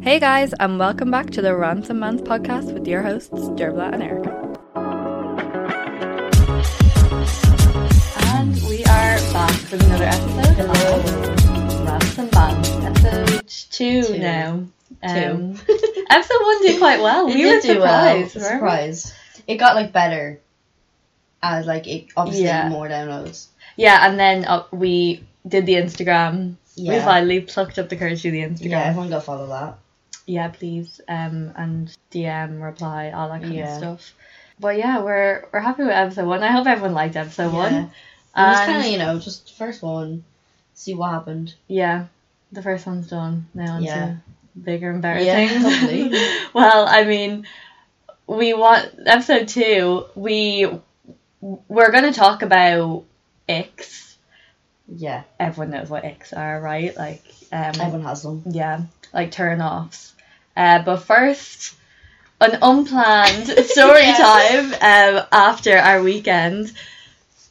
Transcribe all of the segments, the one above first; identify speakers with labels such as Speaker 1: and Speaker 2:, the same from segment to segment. Speaker 1: Hey guys, and welcome back to the Ransom Man's podcast with your hosts, Derbla and Erica.
Speaker 2: And we are back with another episode of Ransom Band. Episode
Speaker 3: two,
Speaker 2: Two.
Speaker 3: now. Um,
Speaker 2: two.
Speaker 3: episode one did quite well.
Speaker 2: It
Speaker 3: we
Speaker 2: did
Speaker 3: were
Speaker 2: do well.
Speaker 3: surprised. weren't we?
Speaker 2: Surprised. It got like better as like it obviously
Speaker 3: Yeah.
Speaker 2: more downloads.
Speaker 3: Yeah, and then uh, we did the Instagram. We
Speaker 2: Yeah.
Speaker 3: finally plucked up the courage to do the Instagram.
Speaker 2: Yeah,
Speaker 3: Yeah,
Speaker 2: everyone go follow that.
Speaker 3: please. Um, and DM, reply, all that kind
Speaker 2: Yeah.
Speaker 3: of stuff. But yeah, we're we're happy with episode one. I hope everyone liked episode
Speaker 2: Yeah.
Speaker 3: one.
Speaker 2: It was
Speaker 3: And-
Speaker 2: kind of you know just the first one, see what happened.
Speaker 3: Yeah, the first one's done. Now it's
Speaker 2: Yeah.
Speaker 3: yeah. bigger and better
Speaker 2: Yeah,
Speaker 3: things.
Speaker 2: hopefully.
Speaker 3: well, I mean, we want episode two. We we're gonna talk about icks.
Speaker 2: Yeah,
Speaker 3: Everyone knows what icks are, right? Like, um,
Speaker 2: everyone has them.
Speaker 3: yeah, like turn offs. Uh, but first, an unplanned story
Speaker 2: Yes.
Speaker 3: time um, after our weekend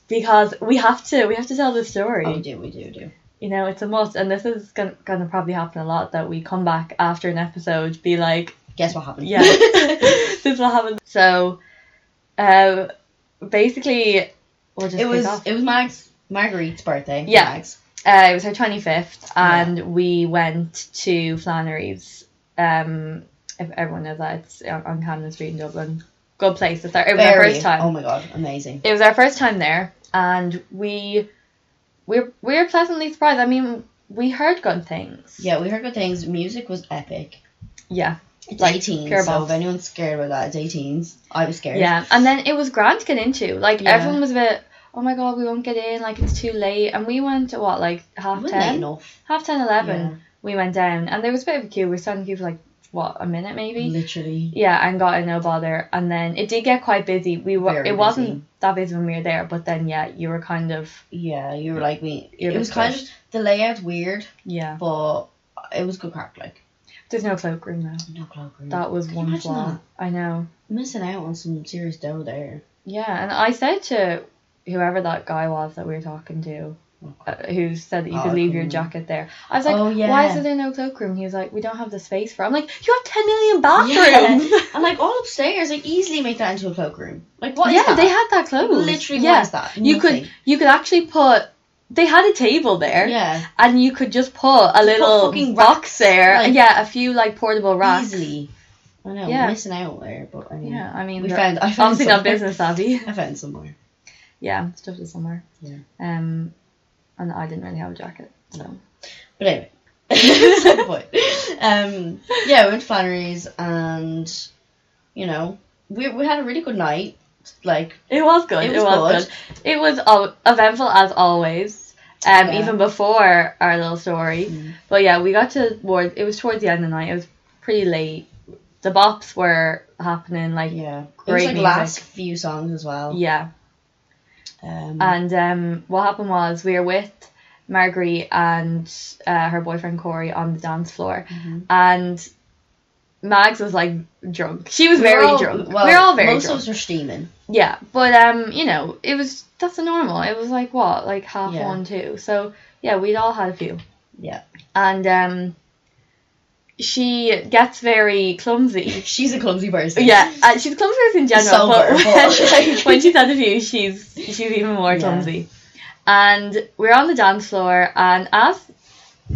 Speaker 3: because we have to we have to tell the story
Speaker 4: Um,
Speaker 2: Oh, we do, we do, we do.
Speaker 3: you know, it's a must. And this is going to probably happen a lot that we come back after an episode, be like,
Speaker 2: Guess what happened?
Speaker 3: yeah, this will happen. So, um, basically, we'll just
Speaker 2: it
Speaker 3: kick
Speaker 2: was
Speaker 3: off.
Speaker 2: it was Max Marguerite's birthday.
Speaker 3: Yeah.
Speaker 2: Max.
Speaker 3: Uh, it was her 25th,
Speaker 2: Yeah.
Speaker 3: and we went to Flannery's. Um, if everyone knows that, it's on, on Camden Street in Dublin. Good place to start. It was our
Speaker 2: Very-
Speaker 3: first time.
Speaker 2: Oh my god, amazing.
Speaker 3: it was our first time there, and we, we were, we were pleasantly surprised. I mean, we heard good things.
Speaker 2: Yeah, we heard good things. Music was epic.
Speaker 3: Yeah.
Speaker 2: It's
Speaker 3: Like,
Speaker 2: 18,
Speaker 3: pure
Speaker 2: so
Speaker 3: balls.
Speaker 2: if anyone's scared about that, it's 18s. I was scared.
Speaker 3: Yeah, and then it was grand to get into. Like
Speaker 2: Yeah.
Speaker 3: everyone was a bit, oh my god, we won't get in. Like it's too late. And we went at what, like half
Speaker 2: Wasn't that
Speaker 3: ten,
Speaker 2: enough?
Speaker 3: half ten, eleven.
Speaker 2: Yeah.
Speaker 3: We went down, and there was a bit of a queue. We were standing in queue for like what a minute maybe.
Speaker 4: Literally.
Speaker 3: Yeah, and got a no bother, and then it did get quite busy. We were
Speaker 4: Very
Speaker 3: it wasn't
Speaker 4: busy.
Speaker 3: that busy when we were there, but then yeah, you were kind of
Speaker 4: Yeah, you were like me.
Speaker 3: You're
Speaker 4: it
Speaker 3: a bit
Speaker 4: was kind of
Speaker 3: squished.
Speaker 4: the layout weird,
Speaker 3: yeah.
Speaker 4: but it was good crack. Like
Speaker 3: There's no cloakroom now.
Speaker 4: no cloakroom.
Speaker 3: That was
Speaker 4: Can you
Speaker 3: one
Speaker 4: imagine
Speaker 3: flaw.
Speaker 4: that?
Speaker 3: I know.
Speaker 4: Missing out on some serious dough there.
Speaker 3: Yeah, and I said to whoever that guy was that we were talking to, uh, who said that you
Speaker 4: Oh,
Speaker 3: could
Speaker 4: I
Speaker 3: leave your
Speaker 4: couldn't-
Speaker 3: jacket there. I was like,
Speaker 4: Oh, yeah.
Speaker 3: why is there no cloakroom? He was like, we don't have the space for. it." I'm like, you have ten million bathrooms.
Speaker 4: Yeah. and like all upstairs, they easily make that into a cloakroom. Like what is
Speaker 3: yeah,
Speaker 4: that?
Speaker 3: they had that closed.
Speaker 4: Literally,
Speaker 3: yeah.
Speaker 4: what is that?
Speaker 3: You could
Speaker 4: Nothing.
Speaker 3: you could actually put. They had a table there.
Speaker 4: Yeah.
Speaker 3: And you could just put a little
Speaker 4: fucking
Speaker 3: box
Speaker 4: racks,
Speaker 3: there.
Speaker 4: like-
Speaker 3: yeah, a few like portable racks.
Speaker 4: easily. I know,
Speaker 3: Yeah.
Speaker 4: we're missing out there, but I mean,
Speaker 3: Yeah, I mean,
Speaker 4: we
Speaker 3: they're
Speaker 4: found. I found
Speaker 3: obviously not
Speaker 4: somewhere.
Speaker 3: business savvy.
Speaker 4: I found somewhere.
Speaker 3: yeah, stuff is somewhere.
Speaker 4: Yeah.
Speaker 3: Um, and I didn't really have a jacket, so
Speaker 4: But anyway, Side point. Um, yeah, we went to Flannery's, and you know, we we had a really good night. Like,
Speaker 3: it was good. It
Speaker 4: It
Speaker 3: was,
Speaker 4: was
Speaker 3: good. It was al- eventful as always. Um,
Speaker 4: Yeah. Mm-hmm.
Speaker 3: even before our little story, but yeah, we got to ward. It was towards the end of the night. It was pretty late. The bops were happening, like
Speaker 4: yeah, it was
Speaker 3: Great
Speaker 4: like
Speaker 3: music.
Speaker 4: last few songs as well.
Speaker 3: yeah.
Speaker 4: Um,
Speaker 3: And um, what happened was we were with Marguerite and uh, her boyfriend Corey on the dance floor,
Speaker 4: Mm-hmm.
Speaker 3: and Mags was like drunk. She was
Speaker 4: we were
Speaker 3: very
Speaker 4: all-
Speaker 3: drunk.
Speaker 4: Well,
Speaker 3: we were all very
Speaker 4: most
Speaker 3: drunk.
Speaker 4: of us were steaming.
Speaker 3: Yeah, but um, you know, it was that's the normal. It was like what, like half
Speaker 4: Yeah.
Speaker 3: one, two. So yeah, we'd all had a few,
Speaker 4: Yeah,
Speaker 3: and um, she gets very clumsy.
Speaker 4: she's a clumsy person.
Speaker 3: Yeah, uh, she's clumsy in general,
Speaker 4: Sober,
Speaker 3: but,
Speaker 4: but, like-
Speaker 3: when she's had a few, she's she's even more
Speaker 4: Yeah.
Speaker 3: clumsy. And we're on the dance floor, and as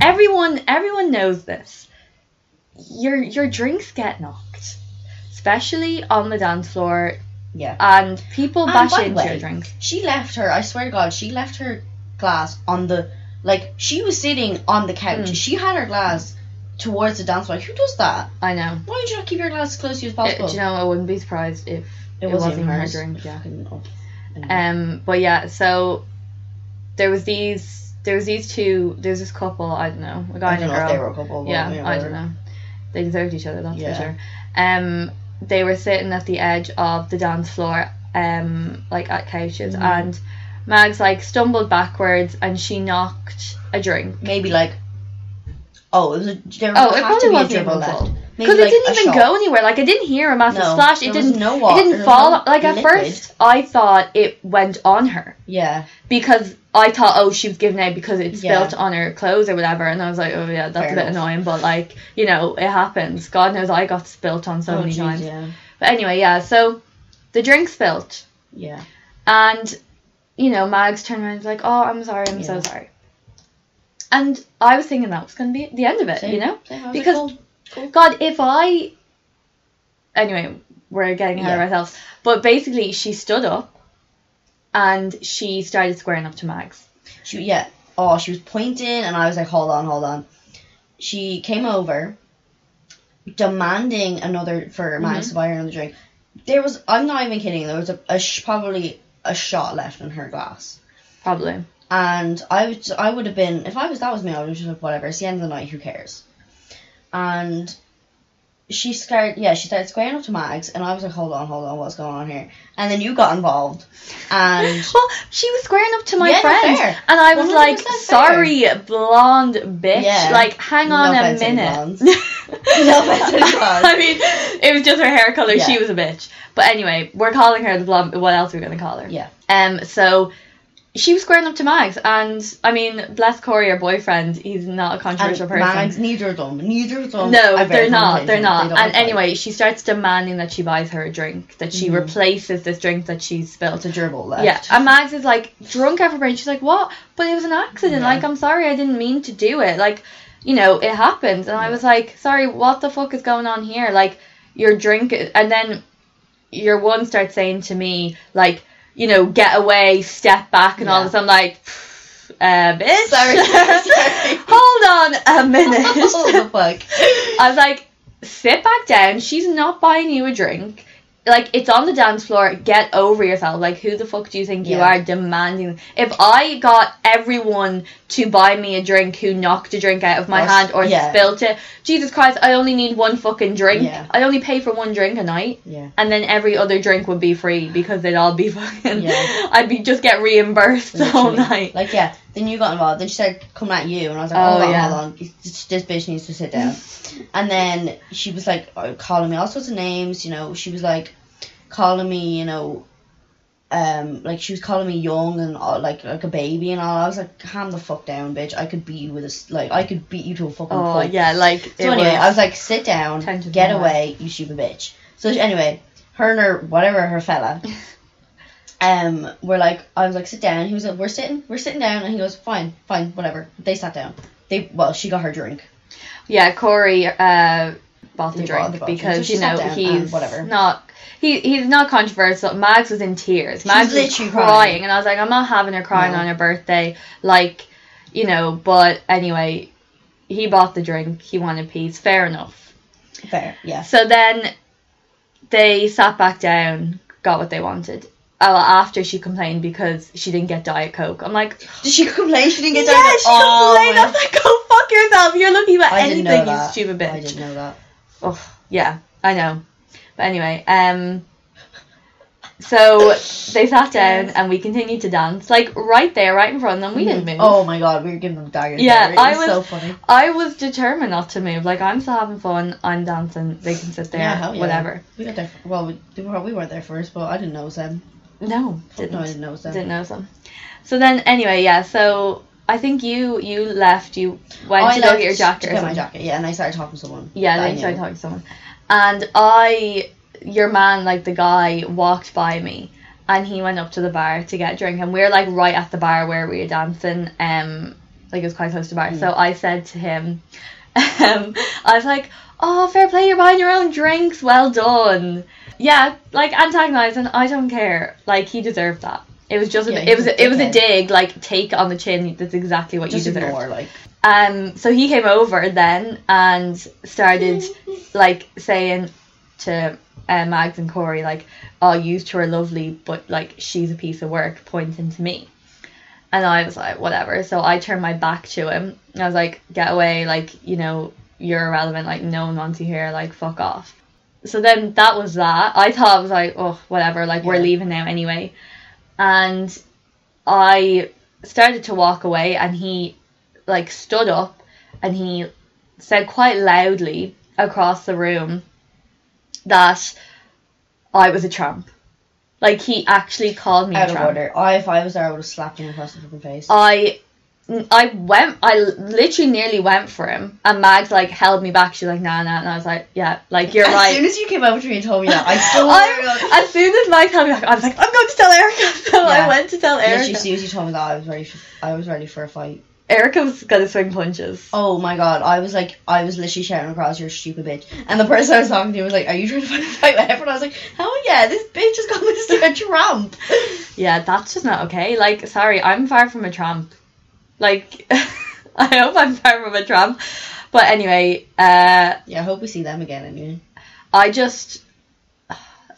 Speaker 3: everyone everyone knows this, your your drinks get knocked, especially on the dance floor,
Speaker 4: yeah.
Speaker 3: and people
Speaker 4: And
Speaker 3: bash
Speaker 4: Oh, by the
Speaker 3: into
Speaker 4: way,
Speaker 3: your drinks.
Speaker 4: She left her. I swear to God, she left her glass on the like. She was sitting on the
Speaker 3: Hmm.
Speaker 4: couch. She had her glass towards the dance floor. Like, who does that?
Speaker 3: I know.
Speaker 4: Why would you not keep your glass as close to you as
Speaker 3: Uh,
Speaker 4: possible?
Speaker 3: do you know? I wouldn't be surprised if it, wasn't even her
Speaker 4: hers.
Speaker 3: drink. Yeah.
Speaker 4: Fucking- oh.
Speaker 3: Um, but yeah, so there was these, there was these two, there's this couple, I don't know, a
Speaker 4: I
Speaker 3: guy and a
Speaker 4: don't know
Speaker 3: girl.
Speaker 4: if they were a couple. but
Speaker 3: yeah,
Speaker 4: we
Speaker 3: I
Speaker 4: were-
Speaker 3: don't know. They deserved each other, that's
Speaker 4: Yeah.
Speaker 3: for sure. Um, they were sitting at the edge of the dance floor, um, like at couches,
Speaker 4: Mm-hmm.
Speaker 3: and Mags like stumbled backwards and she knocked a drink.
Speaker 4: Maybe like. Oh, it was a. There
Speaker 3: Oh, it
Speaker 4: had
Speaker 3: probably
Speaker 4: to be a
Speaker 3: wasn't even
Speaker 4: dribble
Speaker 3: full.
Speaker 4: left. Maybe,
Speaker 3: Because
Speaker 4: like,
Speaker 3: it didn't
Speaker 4: a
Speaker 3: even
Speaker 4: shot.
Speaker 3: go anywhere. Like I didn't hear a massive
Speaker 4: No,
Speaker 3: splash. It
Speaker 4: there was
Speaker 3: didn't.
Speaker 4: no water,
Speaker 3: It didn't
Speaker 4: there was
Speaker 3: fall.
Speaker 4: no
Speaker 3: like at
Speaker 4: liquid.
Speaker 3: first, I thought it went on her.
Speaker 4: Yeah.
Speaker 3: because I thought, oh, she was giving out because it
Speaker 4: Yeah.
Speaker 3: spilt on her clothes or whatever, and I was like, oh yeah, that's
Speaker 4: Fair
Speaker 3: a bit
Speaker 4: enough.
Speaker 3: annoying, but like, you know, it happens. God knows I got spilt on so
Speaker 4: Oh,
Speaker 3: many
Speaker 4: jeez,
Speaker 3: times.
Speaker 4: yeah.
Speaker 3: But anyway, yeah. So the drink spilt,
Speaker 4: Yeah.
Speaker 3: and you know, Mags turned around and was like, oh, I'm sorry, I'm so sorry. And I was thinking that was going to be the end of it,
Speaker 4: Same-
Speaker 3: you know,
Speaker 4: same, I was like,
Speaker 3: because
Speaker 4: "Cool, cool."
Speaker 3: God, if I anyway, we're getting ahead of
Speaker 4: Yeah.
Speaker 3: ourselves. But basically, she stood up. And she started squaring up to Mags.
Speaker 4: She yeah. Oh, she was pointing, and I was like, hold on, hold on. She came over, demanding another for
Speaker 3: Mm-hmm.
Speaker 4: Max to buy her another drink. There was, I'm not even kidding. There was a, a sh- probably a shot left in her glass,
Speaker 3: Probably.
Speaker 4: and I would I would have been if I was that was me. I would have just like, whatever. It's the end of the night. Who cares? And she started yeah she started squaring up to Mags, and I was like, hold on, hold on, what's going on here? And then you got involved, and
Speaker 3: Well, she was squaring up to my
Speaker 4: Yeah, no,
Speaker 3: friend,
Speaker 4: fair.
Speaker 3: and I was
Speaker 4: 100%
Speaker 3: like,
Speaker 4: fair.
Speaker 3: "Sorry, blonde bitch!
Speaker 4: Yeah.
Speaker 3: Like, hang
Speaker 4: No
Speaker 3: on a
Speaker 4: offense, any
Speaker 3: minute."
Speaker 4: blondes. No offense, any blondes.
Speaker 3: I mean, it was just her hair color. She
Speaker 4: Yeah.
Speaker 3: was a bitch. But anyway, we're calling her the blonde. What else are we gonna call her?
Speaker 4: Yeah.
Speaker 3: Um. So. She was squaring up to Mags, and I mean, bless Corey, her boyfriend. He's not a
Speaker 4: And
Speaker 3: controversial person.
Speaker 4: Mags, neither of them, neither of them.
Speaker 3: No,
Speaker 4: are
Speaker 3: they're
Speaker 4: very
Speaker 3: not. They're
Speaker 4: confrontational. They don't
Speaker 3: not. and
Speaker 4: like Mm-hmm. that.
Speaker 3: anyway, she starts demanding that she buys her a drink, that she replaces this drink that she
Speaker 4: it's
Speaker 3: spilled.
Speaker 4: a gerbil left.
Speaker 3: Yeah, and Mags is like drunk every brain. She's like, "What?" But it was an accident. Like, I'm sorry, I didn't mean to do it. Like, you know, it happens. And I was like, "Sorry, what the fuck is going on here?" Like, your drink, and then your one starts saying to me, like, you know, get away, step back, and all this. I'm like, "Pff, uh, bitch,
Speaker 4: Sorry, sorry.
Speaker 3: hold on a
Speaker 4: What
Speaker 3: minute.
Speaker 4: the fuck?
Speaker 3: I was like, sit back down. She's not buying you a drink. like it's on the dance floor. Get over yourself. Like who the fuck do you think you
Speaker 4: Yeah.
Speaker 3: are demanding? If I got everyone to buy me a drink who knocked a drink out of my
Speaker 4: Or s-
Speaker 3: hand or
Speaker 4: yeah.
Speaker 3: spilt it, Jesus Christ! I only need one fucking drink.
Speaker 4: Yeah.
Speaker 3: I only pay for one drink a night.
Speaker 4: Yeah.
Speaker 3: And then every other drink would be free because they'd all be fucking.
Speaker 4: Yeah.
Speaker 3: I'd be just get reimbursed the whole
Speaker 4: Literally.
Speaker 3: night.
Speaker 4: Like yeah. Then you got involved. Then she said, "Come at you," and I was like,
Speaker 3: Oh,
Speaker 4: "Hold on,
Speaker 3: yeah.
Speaker 4: hold on. This, this bitch needs to sit down." and then she was like uh, calling me all sorts of names. You know, she was like calling me. You know, um, like she was calling me young and all, like like a baby and all. I was like, "Calm the fuck down, bitch. I could beat you with a s- like I could beat you to a fucking
Speaker 3: Oh
Speaker 4: pulp."
Speaker 3: yeah, like
Speaker 4: So anyway, I was like, sit down,
Speaker 3: Time to
Speaker 4: get
Speaker 3: relax.
Speaker 4: away, you stupid bitch. So she- anyway, her and her whatever her fella, um, were like, I was like, sit down. He was like, we're sitting, we're sitting down, and he goes, fine, fine, whatever. They sat down. They well, she got her drink.
Speaker 3: Yeah, Corey uh, bought the
Speaker 4: He
Speaker 3: drink
Speaker 4: bought the bottle.
Speaker 3: because
Speaker 4: So she
Speaker 3: you know
Speaker 4: sat down
Speaker 3: he's
Speaker 4: and whatever.
Speaker 3: not. He, he's not controversial. Mags was in tears. Mags was
Speaker 4: literally
Speaker 3: crying.
Speaker 4: crying.
Speaker 3: and I was like, I'm not having her crying
Speaker 4: No.
Speaker 3: on her birthday, like, you know. But anyway, he bought the drink. He wanted peace. Fair enough.
Speaker 4: Fair, yeah.
Speaker 3: So then they sat back down, got what they wanted. Uh, after she complained because she didn't get Diet Coke, I'm like,
Speaker 4: Did she complain? She didn't get
Speaker 3: yeah,
Speaker 4: down.
Speaker 3: she complained. I was like, go fuck yourself. You're looking at
Speaker 4: I didn't
Speaker 3: anything,
Speaker 4: know
Speaker 3: you
Speaker 4: that.
Speaker 3: stupid bitch.
Speaker 4: I didn't know that.
Speaker 3: Oh, yeah, I know. But anyway, um so they sat down and we continued to dance. Like right there, right in front of them. We didn't move.
Speaker 4: Oh my god, we were giving them daggers.
Speaker 3: Yeah,
Speaker 4: there. it was,
Speaker 3: I was-
Speaker 4: so funny.
Speaker 3: I was determined not to move. Like I'm still having fun, I'm dancing, they can sit there,
Speaker 4: Yeah, hell yeah.
Speaker 3: whatever.
Speaker 4: We got there. Well, we, we were- we weren't there first, but I didn't know them.
Speaker 3: No,
Speaker 4: Fuck
Speaker 3: didn't.
Speaker 4: Oh, No, I didn't know them.
Speaker 3: Didn't know them. So then anyway, yeah, so I think you you left, you went
Speaker 4: Oh, I
Speaker 3: to go
Speaker 4: left
Speaker 3: get your
Speaker 4: to
Speaker 3: jacket or
Speaker 4: get
Speaker 3: something.
Speaker 4: my jacket, yeah, and I started talking to someone.
Speaker 3: Yeah,
Speaker 4: that
Speaker 3: they
Speaker 4: I
Speaker 3: started
Speaker 4: knew.
Speaker 3: talking to someone. And I, your man, like the guy, walked by me and he went up to the bar to get a drink. And we are like right at the bar where we were dancing. Um, like it was quite close to the
Speaker 4: Hmm.
Speaker 3: bar. So I said to him, um, I was like, oh, fair play, you're buying your own drinks. Well done. Yeah, like antagonizing, I don't care. Like he deserved that. It was just a,
Speaker 4: Yeah,
Speaker 3: it was a, it was a
Speaker 4: okay.
Speaker 3: dig like take on the chin. That's exactly what
Speaker 4: Just
Speaker 3: you deserve.
Speaker 4: ignore, like
Speaker 3: Um, so he came over then and started like saying to uh, Mags and Corey like, "Oh, you two are lovely, but like she's a piece of work," pointing to me. And I was like, "Whatever." So I turned my back to him. And I was like, "Get away! Like you know, you're irrelevant. Like no one wants you here. Like fuck off." So then that was that. I thought I was like, "Oh, whatever. Like we're
Speaker 4: Yeah.
Speaker 3: leaving now anyway." And I started to walk away, and he like stood up and he said quite loudly across the room that I was a tramp. Like he actually called me
Speaker 4: out
Speaker 3: a
Speaker 4: of
Speaker 3: tramp.
Speaker 4: order. I, if I was there, I would have slapped him across the fucking face.
Speaker 3: I I went I literally nearly went for him and Mags like held me back. She's like, nah nah and I was like, Yeah, like you're
Speaker 4: as
Speaker 3: right.
Speaker 4: soon as you came over to me and told me that, I still.
Speaker 3: I, as soon as Mags held me back, I was like, I'm going to tell Erica. So I
Speaker 4: Yeah.
Speaker 3: went to tell
Speaker 4: Literally, as
Speaker 3: Erica.
Speaker 4: soon as you told me that, I was ready. For, I was ready for a fight.
Speaker 3: Erica was gonna swing punches.
Speaker 4: Oh my god! I was like, I was literally shouting across, "You're a stupid bitch!" And the person I was talking to was like, "Are you trying to fucking fight with everyone?" I was like, "Hell yeah! This bitch has got Mr. Trump."
Speaker 3: Yeah, that's just not okay. Like, sorry, I'm far from a tramp. Like, I hope I'm far from a tramp. But anyway, uh,
Speaker 4: Yeah, I hope we see them again. Anyway,
Speaker 3: I just,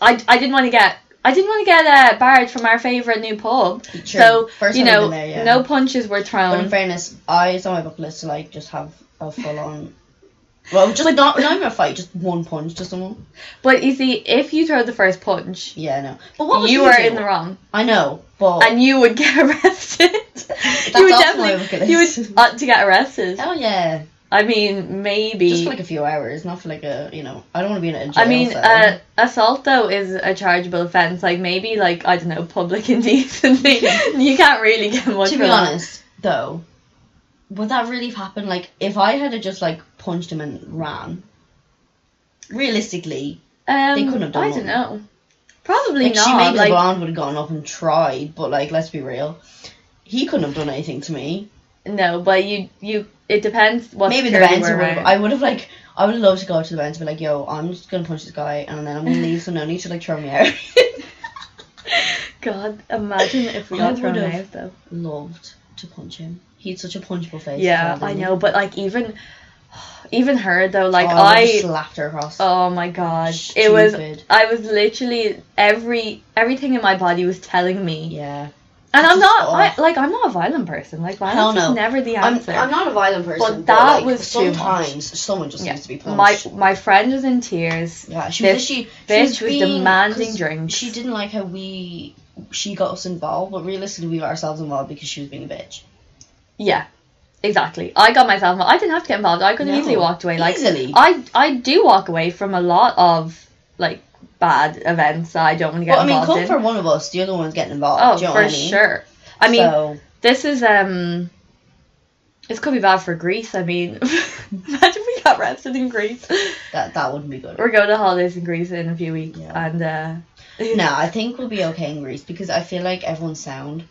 Speaker 3: I, I didn't want to get, I didn't want to get uh, barred from our favorite new pub.
Speaker 4: Sure.
Speaker 3: So
Speaker 4: First
Speaker 3: you
Speaker 4: time I've
Speaker 3: know,
Speaker 4: been there, yeah.
Speaker 3: no punches were
Speaker 4: but in
Speaker 3: thrown.
Speaker 4: fairness, I it's on my bucket list to like just have a full on. Well, just not not even a fight, just one punch to someone.
Speaker 3: But you see, if you throw the first punch,
Speaker 4: Yeah, no. But what was
Speaker 3: you
Speaker 4: he
Speaker 3: are
Speaker 4: doing?
Speaker 3: in the wrong.
Speaker 4: I know, but
Speaker 3: and you would get arrested. you would
Speaker 4: also why we
Speaker 3: definitely
Speaker 4: could-
Speaker 3: you would ought to get arrested.
Speaker 4: hell yeah,
Speaker 3: I mean, maybe.
Speaker 4: just for like a few hours, not for like a you know. I don't want to be in a jail.
Speaker 3: I mean,
Speaker 4: cell.
Speaker 3: uh, assault though is a chargeable offence. Like maybe, like I don't know, public indecency. you can't really get much.
Speaker 4: to
Speaker 3: for
Speaker 4: be
Speaker 3: that.
Speaker 4: honest, though, would that really have happened? Like, if I had have just like punched him and ran, realistically,
Speaker 3: um,
Speaker 4: they couldn't have done
Speaker 3: I don't
Speaker 4: nothing.
Speaker 3: know. Probably
Speaker 4: like she
Speaker 3: not.
Speaker 4: maybe the
Speaker 3: Like
Speaker 4: blonde would have gone up and tried, but like, let's be real, he couldn't have done anything to me.
Speaker 3: no, but you you. It depends what
Speaker 4: maybe the
Speaker 3: security
Speaker 4: bouncer
Speaker 3: were
Speaker 4: would have.
Speaker 3: around.
Speaker 4: I would have like. I would love to go to the bouncer and be like, "Yo, I'm just gonna punch this guy, and then I'm gonna leave, so no need to like throw me out."
Speaker 3: God, imagine if we
Speaker 4: I
Speaker 3: got thrown
Speaker 4: would've.
Speaker 3: out though.
Speaker 4: Loved to punch him. He had such a punchable face. as
Speaker 3: Yeah,
Speaker 4: well,
Speaker 3: I
Speaker 4: didn't he?
Speaker 3: know, but like even Even her though, like
Speaker 4: Oh, I, would've
Speaker 3: I.
Speaker 4: slapped her across.
Speaker 3: Oh my god! It was.
Speaker 4: Stupid.
Speaker 3: I was literally every everything in my body was telling me.
Speaker 4: yeah.
Speaker 3: And
Speaker 4: Just
Speaker 3: I'm not I,
Speaker 4: off.
Speaker 3: like I'm not a violent person. Like
Speaker 4: Hell
Speaker 3: violence
Speaker 4: no.
Speaker 3: is never the
Speaker 4: I'm,
Speaker 3: answer.
Speaker 4: I'm not a violent person, but,
Speaker 3: that
Speaker 4: like,
Speaker 3: was too much.
Speaker 4: sometimes someone just needs to be
Speaker 3: my
Speaker 4: punched.
Speaker 3: my friend was in tears.
Speaker 4: yeah, she
Speaker 3: This
Speaker 4: was, she,
Speaker 3: bitch
Speaker 4: she
Speaker 3: was
Speaker 4: was, being,
Speaker 3: demanding
Speaker 4: 'cause
Speaker 3: drinks.
Speaker 4: She didn't like how we she got us involved, but realistically, we got ourselves involved because she was being a bitch.
Speaker 3: Yeah, exactly. I got myself. involved. I didn't have to get involved. I could have
Speaker 4: No,
Speaker 3: easily walked away. Like
Speaker 4: easily.
Speaker 3: I I do walk away from a lot of like bad events that I don't want to get
Speaker 4: But I mean,
Speaker 3: involved
Speaker 4: come
Speaker 3: in.
Speaker 4: for one of us, the other one's getting involved.
Speaker 3: oh,
Speaker 4: do you know
Speaker 3: for
Speaker 4: what I mean?
Speaker 3: sure. I mean,
Speaker 4: So-
Speaker 3: this is um. This could be bad for Greece. I mean, imagine we got arrested in Greece.
Speaker 4: that that wouldn't be good.
Speaker 3: We're going to holidays in Greece in a few weeks,
Speaker 4: Yeah.
Speaker 3: and uh,
Speaker 4: No, I think we'll be okay in Greece because I feel like everyone's sound.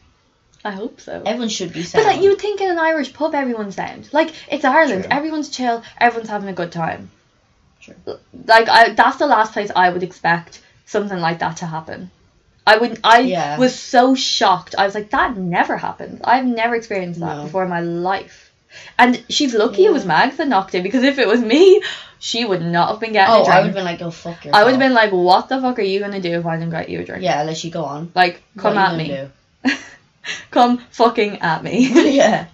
Speaker 3: I hope so.
Speaker 4: Everyone should be sound.
Speaker 3: But like you would think in an Irish pub everyone's sound. Like it's Ireland,
Speaker 4: True.
Speaker 3: everyone's chill, everyone's having a good time.
Speaker 4: True.
Speaker 3: Like I, that's the last place I would expect something like that to happen. I would I
Speaker 4: Yeah.
Speaker 3: was so shocked. I was like, that never happens. I've never experienced that
Speaker 4: No.
Speaker 3: before in my life. And she's lucky it was Mags that knocked it because if it was me, she would not have been getting
Speaker 4: Oh,
Speaker 3: a drink.
Speaker 4: I would have been like, oh fuck yourself.
Speaker 3: I would have been like, what the fuck are you gonna do if I didn't get you a drink?
Speaker 4: yeah, let you go on.
Speaker 3: Like, come
Speaker 4: What
Speaker 3: at
Speaker 4: are you
Speaker 3: me.
Speaker 4: gonna
Speaker 3: Come fucking at me.
Speaker 4: do? yeah.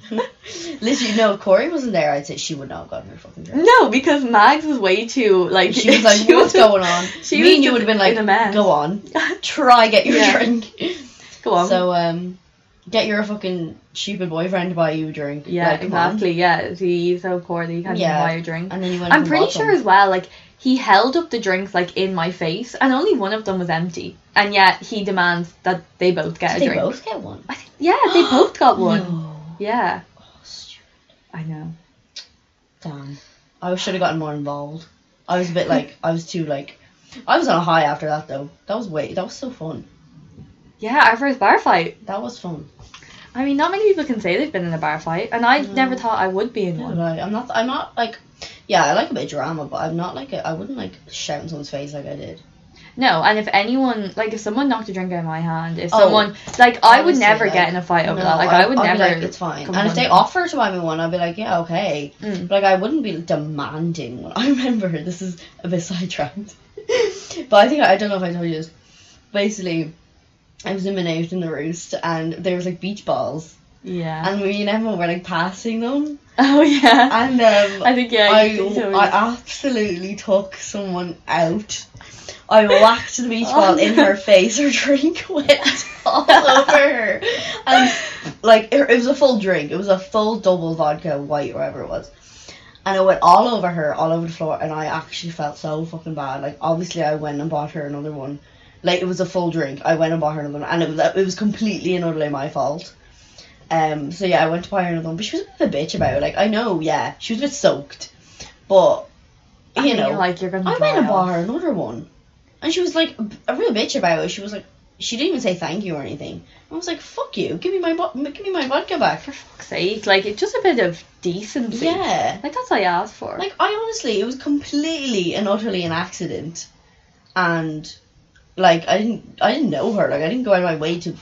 Speaker 4: Literally, no. If Corey wasn't there, I'd say she would not have gotten her fucking drink.
Speaker 3: No, because Mags was way too like
Speaker 4: She was like, what's going on?
Speaker 3: she
Speaker 4: me
Speaker 3: was
Speaker 4: and you would have been
Speaker 3: in
Speaker 4: like,
Speaker 3: a mess.
Speaker 4: go on, try get your
Speaker 3: Yeah.
Speaker 4: drink.
Speaker 3: Go on.
Speaker 4: So um, get your fucking stupid boyfriend to buy you a drink.
Speaker 3: yeah,
Speaker 4: Like, come on.
Speaker 3: exactly. Yeah, he's so poor that he can't
Speaker 4: Yeah.
Speaker 3: even buy a drink.
Speaker 4: And then you went.
Speaker 3: I'm
Speaker 4: and
Speaker 3: pretty
Speaker 4: bought
Speaker 3: sure
Speaker 4: them.
Speaker 3: as well. Like he held up the drinks like in my face, and only one of them was empty, and yet he demands that they both get
Speaker 4: Did
Speaker 3: a
Speaker 4: they
Speaker 3: drink.
Speaker 4: both get one.
Speaker 3: I think, yeah, they both got one.
Speaker 4: No.
Speaker 3: Yeah,
Speaker 4: Oh, stupid.
Speaker 3: I know.
Speaker 4: Damn. I should have gotten more involved. I was a bit like I was too like I was on a high after that though. That was way that was so fun.
Speaker 3: Yeah, our first bar fight.
Speaker 4: That was fun.
Speaker 3: I mean, not many people can say they've been in a bar fight, and I
Speaker 4: Mm.
Speaker 3: never thought I would be in one.
Speaker 4: But I, I'm not I'm not like yeah, I like a bit of drama, but I'm not like a, I wouldn't like shout in someone's face like I did.
Speaker 3: No, and if anyone, like, if someone knocked a drink out of my hand, if
Speaker 4: Oh,
Speaker 3: someone, like, I would
Speaker 4: Honestly,
Speaker 3: never
Speaker 4: like,
Speaker 3: get in a fight over
Speaker 4: no,
Speaker 3: that. Like, I, would
Speaker 4: I'd be
Speaker 3: never.
Speaker 4: like, it's fine. And if
Speaker 3: confront
Speaker 4: they
Speaker 3: them.
Speaker 4: offer to buy me one, I'd be like, yeah, okay.
Speaker 3: Mm.
Speaker 4: But like I wouldn't be demanding one. I remember this is a bit sidetracked, but I think I don't know if I told you this. Basically, I was in Minute in the Roost, and there was like beach balls,
Speaker 3: Yeah.
Speaker 4: and me and everyone were like passing them,
Speaker 3: oh, yeah.
Speaker 4: and um,
Speaker 3: I think, yeah.
Speaker 4: I,
Speaker 3: you can tell me.
Speaker 4: I absolutely took someone out. I whacked the beach
Speaker 3: Oh,
Speaker 4: ball in
Speaker 3: no.
Speaker 4: her face. Her drink went all over her, and like it, it was a full drink. It was a full double vodka white, or whatever it was, and it went all over her, all over the floor. And I actually felt so fucking bad. Like obviously, I went and bought her another one. Like it was a full drink. I went and bought her another one, and it was it was completely and utterly my fault. Um, so yeah, I went to buy her another one, but she was a bit of a bitch about it. Like I know, yeah, she was a bit soaked, but
Speaker 3: I
Speaker 4: you
Speaker 3: mean,
Speaker 4: know,
Speaker 3: like, you're gonna
Speaker 4: I went and
Speaker 3: dry off.
Speaker 4: bought her another one, and she was like a real bitch about it. She was like, she didn't even say thank you or anything. I was like, fuck you, give me my vo- give me my vodka back.
Speaker 3: For fuck's sake. Like, it's just a bit of decency.
Speaker 4: Yeah,
Speaker 3: Like, that's all you asked for.
Speaker 4: like I honestly, it was completely and utterly an accident, and like I didn't I didn't know her. Like I didn't go out of my way to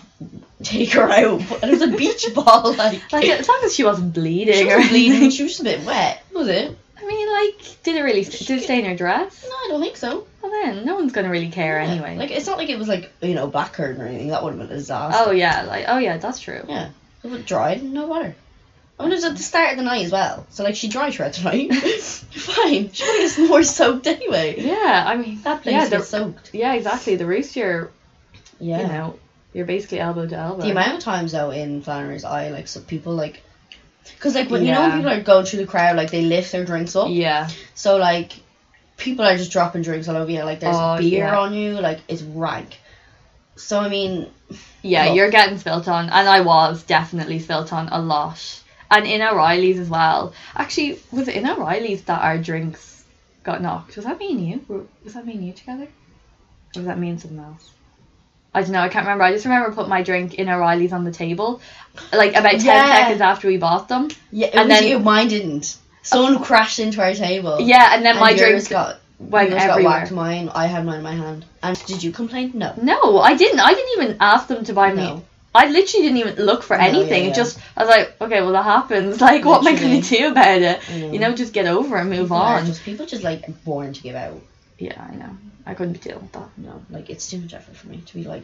Speaker 4: take her out, but it was a beach ball. Like,
Speaker 3: like, as long as she wasn't bleeding
Speaker 4: she
Speaker 3: or
Speaker 4: was bleeding.
Speaker 3: anything.
Speaker 4: She was just a bit wet, was it?
Speaker 3: I mean, like, did it really. St- did it stay in her dress?
Speaker 4: No, I don't think so.
Speaker 3: Well, then, no one's gonna really care
Speaker 4: Yeah.
Speaker 3: anyway.
Speaker 4: Like it's not like it was like you know back curtain or anything. That would have been a disaster.
Speaker 3: oh, yeah. Like, oh, yeah, that's true.
Speaker 4: yeah. It would dried, no water. I mean, it was at the start of the night as well. So like she dry shred tonight. Fine. She would have more soaked anyway.
Speaker 3: Yeah, I mean,
Speaker 4: That place
Speaker 3: yeah,
Speaker 4: gets
Speaker 3: the-
Speaker 4: soaked.
Speaker 3: yeah, exactly. The roost, you're,
Speaker 4: Yeah.
Speaker 3: you know, you're basically elbow to elbow.
Speaker 4: The amount of times though in Flannery's eye, like so people like, because like when you know
Speaker 3: Yeah.
Speaker 4: when people are going through the crowd, like they lift their drinks up.
Speaker 3: Yeah.
Speaker 4: So like, people are just dropping drinks all over you. Like there's
Speaker 3: Oh,
Speaker 4: beer
Speaker 3: yeah.
Speaker 4: on you. Like it's rank. So I mean,
Speaker 3: Yeah,
Speaker 4: Well-
Speaker 3: you're getting spilt on, and I was definitely spilt on a lot, and in O'Reilly's as well. Actually, was it in O'Reilly's that our drinks got knocked? Was that me and you? Were- Was that me and you together? Or was that me and someone else? I don't know. I can't remember. I just remember putting my drink in O'Reilly's on the table, like about ten
Speaker 4: Yeah.
Speaker 3: seconds after we bought them.
Speaker 4: yeah, it
Speaker 3: And
Speaker 4: was
Speaker 3: then-
Speaker 4: you. Mine didn't. Someone crashed into our table.
Speaker 3: Yeah, and then
Speaker 4: and
Speaker 3: my
Speaker 4: yours
Speaker 3: drink
Speaker 4: got
Speaker 3: went
Speaker 4: yours got
Speaker 3: everywhere. Mm,
Speaker 4: whacked. Mine. I had mine in my hand. And did you complain? No.
Speaker 3: no, I didn't. I didn't even ask them to buy me.
Speaker 4: No.
Speaker 3: I literally didn't even look for
Speaker 4: No, yeah,
Speaker 3: anything.
Speaker 4: yeah.
Speaker 3: It just I was like, okay, well that happens. Like, what am I
Speaker 4: Literally.
Speaker 3: going to do about it?
Speaker 4: Mm.
Speaker 3: You know, just get over and move
Speaker 4: People are
Speaker 3: on.
Speaker 4: Just, people just like are born to give out.
Speaker 3: Yeah, I know. I couldn't deal with that.
Speaker 4: No, like it's too much effort for me to be like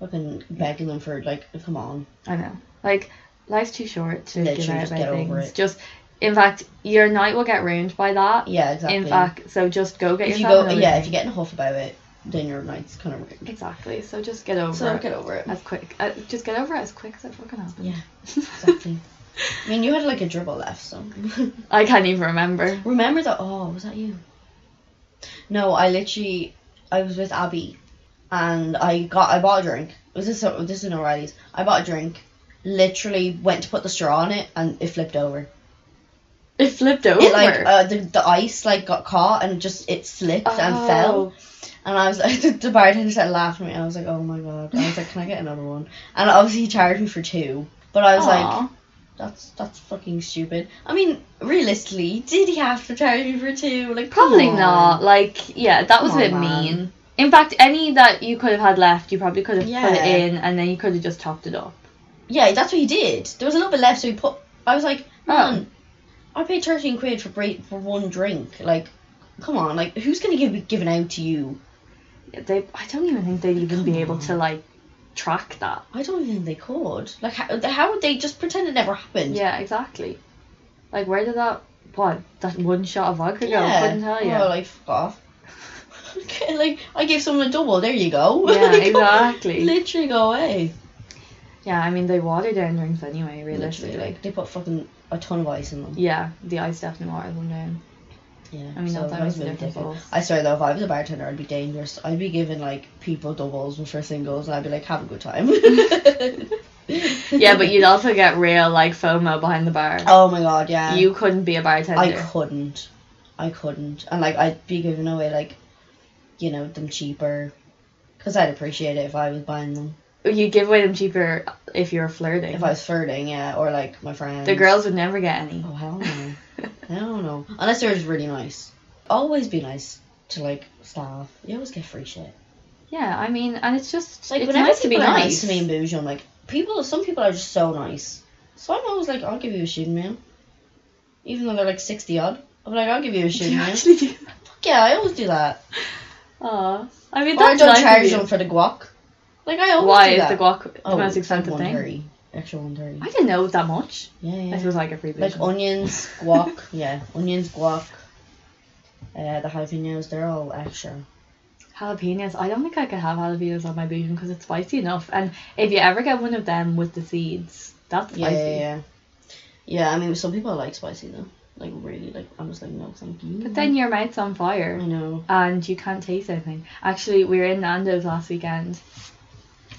Speaker 4: fucking begging them for like, come on.
Speaker 3: I know. Like life's too short to
Speaker 4: Literally,
Speaker 3: give out
Speaker 4: just
Speaker 3: about
Speaker 4: get over
Speaker 3: things.
Speaker 4: it.
Speaker 3: Just in fact, your night will get ruined by that.
Speaker 4: Yeah, exactly.
Speaker 3: In fact, so just go get
Speaker 4: if you
Speaker 3: yourself.
Speaker 4: go,
Speaker 3: another
Speaker 4: yeah,
Speaker 3: drink.
Speaker 4: if you get in a huff about it, then your night's kind of ruined.
Speaker 3: Exactly. So just get over
Speaker 4: So
Speaker 3: it.
Speaker 4: get over it.
Speaker 3: as quick. Uh, just get over it as quick as it fucking happens.
Speaker 4: Yeah, exactly. I mean, you had like a dribble left, so
Speaker 3: I can't even remember.
Speaker 4: remember that. Oh, was that you? No, I literally, I was with Abby, and I got, I bought a drink. Was this, a, this is an O'Reilly's? I bought a drink. Literally went to put the straw on it, and it flipped over.
Speaker 3: It flipped over.
Speaker 4: It like uh, the, the ice like got caught, and just it slipped
Speaker 3: Oh.
Speaker 4: and fell. And I was like, the, the bartender started laughing at me, and I was like, oh my god. I was like, can I get another one? And obviously he charged me for two, but I was like, that's that's fucking stupid. I mean, realistically, did he have to charge me for two? Like, come
Speaker 3: probably
Speaker 4: on.
Speaker 3: not. Like, yeah, that was
Speaker 4: Come
Speaker 3: a bit
Speaker 4: on, hmm. Oh, man.
Speaker 3: mean. In fact, any that you could have had left, you probably could have put
Speaker 4: Yeah.
Speaker 3: it in, and then you could have just chopped it up.
Speaker 4: Yeah, that's what he did. There was a little bit left, so he put. I was like,
Speaker 3: Oh.
Speaker 4: man, I paid thirteen quid for break for one drink. Like, come on, like who's gonna give be given out to you?
Speaker 3: Yeah, They, I don't even think they'd even be able to like track that.
Speaker 4: I don't even think they could. Like, how, how would they just pretend it never happened?
Speaker 3: Yeah, exactly. Like, where did that what that one shot of vodka go? Couldn't tell you.
Speaker 4: Well, Oh, like, fuck off. like, I gave someone a double. There you go.
Speaker 3: Yeah,
Speaker 4: Like,
Speaker 3: exactly.
Speaker 4: Literally go away.
Speaker 3: yeah, I mean they water down drinks anyway,
Speaker 4: Literally,
Speaker 3: realistically.
Speaker 4: like, they put fucking a ton of ice in them.
Speaker 3: Yeah, the ice definitely waters them down.
Speaker 4: Yeah.
Speaker 3: I mean,
Speaker 4: so
Speaker 3: that's
Speaker 4: that
Speaker 3: always
Speaker 4: was
Speaker 3: the
Speaker 4: really
Speaker 3: difficult.
Speaker 4: difficult. I swear, though, if I was a bartender, I'd be dangerous. I'd be giving, like, people doubles for singles, and I'd be like, have a good time.
Speaker 3: yeah, but you'd also get real like FOMO behind the bar.
Speaker 4: Oh my god, yeah.
Speaker 3: You couldn't be a
Speaker 4: I
Speaker 3: bartender.
Speaker 4: couldn't. I couldn't. And, like, I'd be giving away, like, you know, them cheaper. Because I'd appreciate it if I was buying them.
Speaker 3: you give away them cheaper if you're flirting.
Speaker 4: If I was flirting, yeah, or like my friends.
Speaker 3: the girls would never get any.
Speaker 4: Oh hell no. hell no. Unless they're just really nice. Always be nice to like staff. You always get free shit.
Speaker 3: Yeah, I mean, and it's just
Speaker 4: It's like
Speaker 3: it's
Speaker 4: whenever
Speaker 3: nice to be
Speaker 4: people are nice
Speaker 3: nice.
Speaker 4: to me and bougie, I'm like people. Some people are just so nice. So I'm always like, I'll give you a shooting man. Even though they're like sixty odd, I'm like, I'll give you a
Speaker 3: Do
Speaker 4: shooting
Speaker 3: you
Speaker 4: man.
Speaker 3: actually do that?
Speaker 4: Yeah, I always do that.
Speaker 3: Aw. I mean,
Speaker 4: Or I
Speaker 3: that's
Speaker 4: don't
Speaker 3: nice of
Speaker 4: charge
Speaker 3: you.
Speaker 4: them for the guac. Like I always
Speaker 3: Why
Speaker 4: do
Speaker 3: is
Speaker 4: that.
Speaker 3: the guac the
Speaker 4: Oh,
Speaker 3: most
Speaker 4: it's
Speaker 3: expensive
Speaker 4: like
Speaker 3: thing?
Speaker 4: 130, Extra one thirty.
Speaker 3: I didn't know it was that much.
Speaker 4: Yeah, yeah.
Speaker 3: This was like a free
Speaker 4: like onions, guac, yeah, onions, guac, uh, the jalapenos, they're all extra.
Speaker 3: jalapenos. I don't think I could have jalapenos on my bouillon because it's spicy enough. And if you ever get one of them with the seeds, that's
Speaker 4: Yeah,
Speaker 3: spicy.
Speaker 4: yeah, yeah. Yeah, I mean, some people like spicy though. Like really, like I'm just like no, thank you.
Speaker 3: But then your mouth's on fire.
Speaker 4: I know.
Speaker 3: and you can't taste anything. Actually, we were in Nando's last weekend,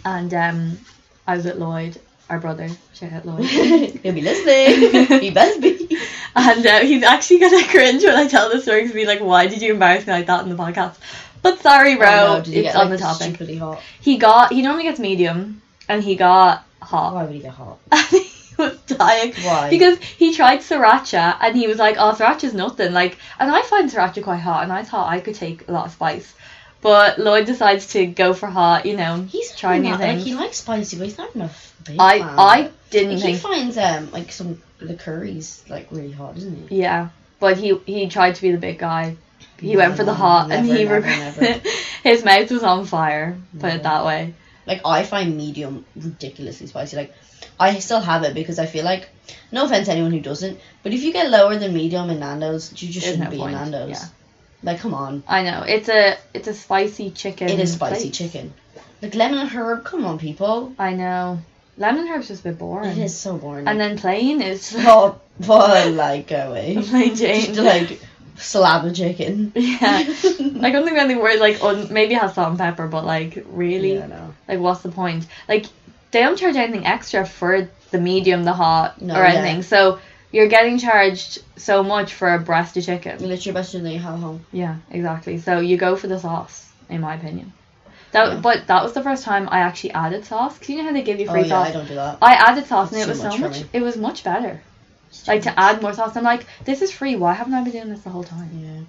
Speaker 3: and um, I was with Lloyd, our brother. Shout out Lloyd.
Speaker 4: He'll be listening. he best be.
Speaker 3: and uh, he's actually gonna cringe when I tell the story because he's like, "Why did you embarrass me like that in the podcast?" But sorry, bro,
Speaker 4: Oh, no, did
Speaker 3: it's
Speaker 4: he get,
Speaker 3: on
Speaker 4: like,
Speaker 3: the topic.
Speaker 4: Stupidly hot.
Speaker 3: He got. He normally gets medium, and he got hot.
Speaker 4: Why would he Oh, get hot?
Speaker 3: and he was dying.
Speaker 4: Why?
Speaker 3: Because he tried sriracha and he was like, "Oh, sriracha's nothing." Like, and I find sriracha quite hot, and I thought I could take a lot of spice, but Lloyd decides to go for hot. You know,
Speaker 4: He's
Speaker 3: trying new
Speaker 4: not, like
Speaker 3: things.
Speaker 4: he likes spicy, but he's not enough. Big
Speaker 3: I
Speaker 4: fan.
Speaker 3: I didn't
Speaker 4: Like, he
Speaker 3: think.
Speaker 4: finds um like some the curries like really hot, isn't he?
Speaker 3: yeah, but he he tried to be the big guy. He went for the
Speaker 4: No,
Speaker 3: hot, and
Speaker 4: never,
Speaker 3: he
Speaker 4: never,
Speaker 3: regretted
Speaker 4: never.
Speaker 3: it. His mouth was on fire. Put it that way.
Speaker 4: Like I find medium ridiculously spicy. Like I still have it because I feel like no offense to anyone who doesn't, but if you get lower than medium in Nando's, you just
Speaker 3: There's
Speaker 4: shouldn't
Speaker 3: no
Speaker 4: be
Speaker 3: point,
Speaker 4: in Nando's.
Speaker 3: yeah.
Speaker 4: Like come on.
Speaker 3: I know it's a it's a spicy chicken.
Speaker 4: It is spicy
Speaker 3: place.
Speaker 4: chicken. Like lemon and herb, come on people.
Speaker 3: I know. Lemon herb's just a bit boring.
Speaker 4: It is so boring.
Speaker 3: Mm. And then plain is
Speaker 4: oh, boy, like go away.
Speaker 3: plain Jane.
Speaker 4: Just like slab of chicken.
Speaker 3: Yeah. I don't think there's anything worse. Like, un- maybe it has salt and pepper, but like, really,
Speaker 4: Yeah, I know.
Speaker 3: like, what's the point? Like, they don't charge anything extra for the medium, the hot,
Speaker 4: No,
Speaker 3: or
Speaker 4: yeah.
Speaker 3: anything. So you're getting charged so much for a breast of chicken.
Speaker 4: Literally best thing that you have at home.
Speaker 3: Yeah, exactly. So you go for the sauce, in my opinion. That, but that was the first time I actually added sauce. Cause you know how they give you
Speaker 4: Oh
Speaker 3: free
Speaker 4: yeah,
Speaker 3: sauce.
Speaker 4: I don't do that.
Speaker 3: I added sauce and
Speaker 4: It's
Speaker 3: it
Speaker 4: too
Speaker 3: was so
Speaker 4: much for
Speaker 3: much.
Speaker 4: me.
Speaker 3: It was much better. Like to add more sauce. I'm like, this is free. Why haven't I been doing this the whole time?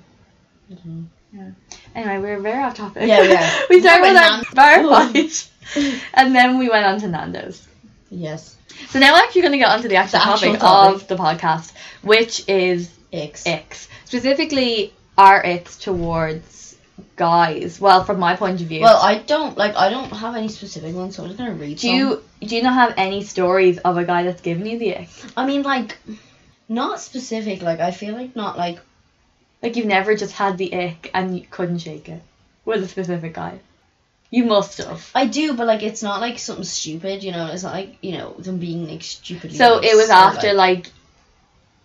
Speaker 4: Yeah. Mm-hmm.
Speaker 3: Anyway, we were very off topic.
Speaker 4: Yeah, yeah.
Speaker 3: we started with our
Speaker 4: Nando's.
Speaker 3: bar fight, and then we went on to Nando's.
Speaker 4: Yes.
Speaker 3: So now we're actually going to get onto the actual,
Speaker 4: The actual
Speaker 3: topic,
Speaker 4: topic.
Speaker 3: of the podcast, which is
Speaker 4: Icks.
Speaker 3: icks, specifically our icks towards guys. Well, from my point of view,
Speaker 4: Well, I don't like. I don't have any specific ones, so I'm just gonna read.
Speaker 3: do
Speaker 4: some.
Speaker 3: you do you not have any stories of a guy that's given you the ick?
Speaker 4: I mean, like, not specific. Like, I feel like not like.
Speaker 3: Like you've never just had the ick and you couldn't shake it with a specific guy. You must have.
Speaker 4: I do, but like, it's not like something stupid. You know, it's not like you know them being like stupidly.
Speaker 3: So
Speaker 4: nice
Speaker 3: it was
Speaker 4: or,
Speaker 3: after like.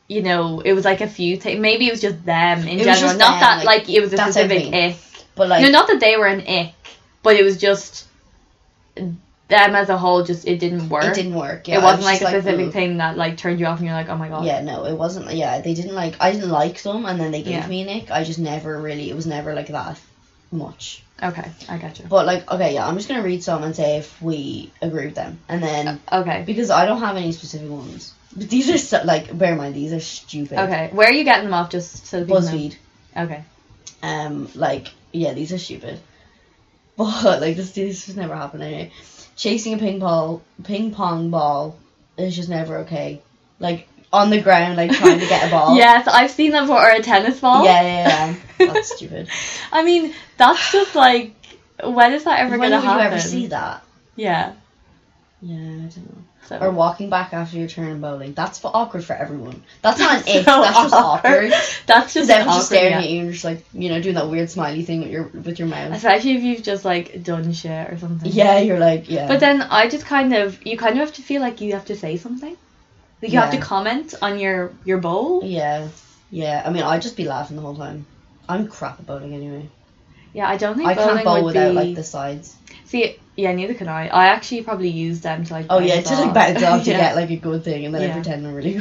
Speaker 3: You know, it was like a few things. Maybe it was just them in
Speaker 4: It was
Speaker 3: general.
Speaker 4: just
Speaker 3: Not
Speaker 4: them,
Speaker 3: that
Speaker 4: like,
Speaker 3: like it was a
Speaker 4: that's what I
Speaker 3: specific
Speaker 4: mean.
Speaker 3: ick.
Speaker 4: but like
Speaker 3: no, not that they were an ick, but it was just them as a whole. Just it didn't work.
Speaker 4: it didn't work. Yeah,
Speaker 3: it
Speaker 4: I
Speaker 3: wasn't
Speaker 4: was
Speaker 3: like
Speaker 4: just
Speaker 3: a specific
Speaker 4: ooh.
Speaker 3: thing that like turned you off, and you're like, oh my god.
Speaker 4: Yeah, no, it wasn't. Yeah, they didn't like. I didn't like them, and then they gave
Speaker 3: Yeah.
Speaker 4: me an ick. I just never really. It was never like that much.
Speaker 3: Okay, I got you.
Speaker 4: But like, okay, yeah, I'm just gonna read some and say if we agree with them, and then
Speaker 3: Okay.
Speaker 4: because I don't have any specific ones. But these are so, like, bear in mind, these are stupid.
Speaker 3: Okay. Where are you getting them off? Just so people know?
Speaker 4: BuzzFeed.
Speaker 3: Okay.
Speaker 4: Um, like, yeah, these are stupid. But like, this this has never happened anyway. Chasing a ping pong ping pong ball is just never okay. Like on the ground, like trying to get a ball.
Speaker 3: Yes, I've seen them for or a tennis ball.
Speaker 4: Yeah, yeah, yeah. That's stupid.
Speaker 3: I mean, that's just like, when is that ever
Speaker 4: when
Speaker 3: gonna
Speaker 4: would
Speaker 3: happen?
Speaker 4: you ever see that?
Speaker 3: Yeah.
Speaker 4: Yeah, I don't know.
Speaker 3: So.
Speaker 4: Or walking back after your turn in bowling. That's fu- awkward for everyone. That's not an ick.
Speaker 3: So
Speaker 4: that's just awkward. Because
Speaker 3: That's just
Speaker 4: everyone's
Speaker 3: awkward.
Speaker 4: just staring
Speaker 3: yeah.
Speaker 4: at you and you're just like, you know, doing that weird smiley thing with your with your mouth.
Speaker 3: Especially if you've just like done shit or something.
Speaker 4: Yeah, you're like, yeah.
Speaker 3: But then I just kind of you kind of have to feel like you have to say something. Like you have to
Speaker 4: Yeah.
Speaker 3: comment on your your bowl.
Speaker 4: Yeah, yeah. I mean, I'd just be laughing the whole time. I'm crap at bowling anyway.
Speaker 3: Yeah, I don't think
Speaker 4: I can't
Speaker 3: bowling
Speaker 4: bowl
Speaker 3: would
Speaker 4: without
Speaker 3: be...
Speaker 4: like the sides.
Speaker 3: See, yeah, neither can I. I actually probably use them to like.
Speaker 4: Oh yeah,
Speaker 3: bounce
Speaker 4: it's just like
Speaker 3: off.
Speaker 4: bounce off. You
Speaker 3: Yeah.
Speaker 4: get like a good thing, and then I
Speaker 3: Yeah.
Speaker 4: pretend I'm really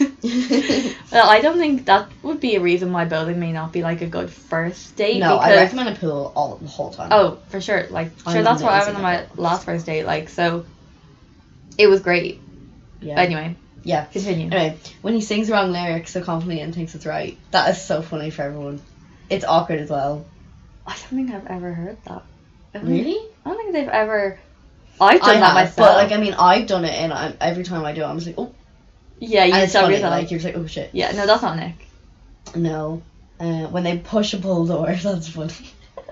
Speaker 4: good.
Speaker 3: Well, I don't think that would be a reason why bowling may not be like a good first date.
Speaker 4: no, I
Speaker 3: because...
Speaker 4: recommend a pool all the whole time.
Speaker 3: Oh, for sure. Like,
Speaker 4: I'm
Speaker 3: sure, that's what I
Speaker 4: amazing
Speaker 3: went on my
Speaker 4: at bowling.
Speaker 3: last first date. Like, so it was great.
Speaker 4: yeah,
Speaker 3: But anyway,
Speaker 4: yeah.
Speaker 3: continue.
Speaker 4: Anyway, when he sings wrong lyrics so confidently and thinks it's right, that is so funny for everyone. It's awkward as well.
Speaker 3: I don't think I've ever heard that. I don't think-
Speaker 4: Really?
Speaker 3: I don't think they've ever. I've done
Speaker 4: I
Speaker 3: that
Speaker 4: have,
Speaker 3: myself.
Speaker 4: but like I mean, I've done it, and I'm, every time I do, it, I'm just like, oh,
Speaker 3: yeah,
Speaker 4: and
Speaker 3: you
Speaker 4: it's
Speaker 3: stop
Speaker 4: funny.
Speaker 3: yourself.
Speaker 4: Like you're just like, oh shit.
Speaker 3: yeah, no, that's not Nick.
Speaker 4: No. Uh, when they push a pull door, that's funny.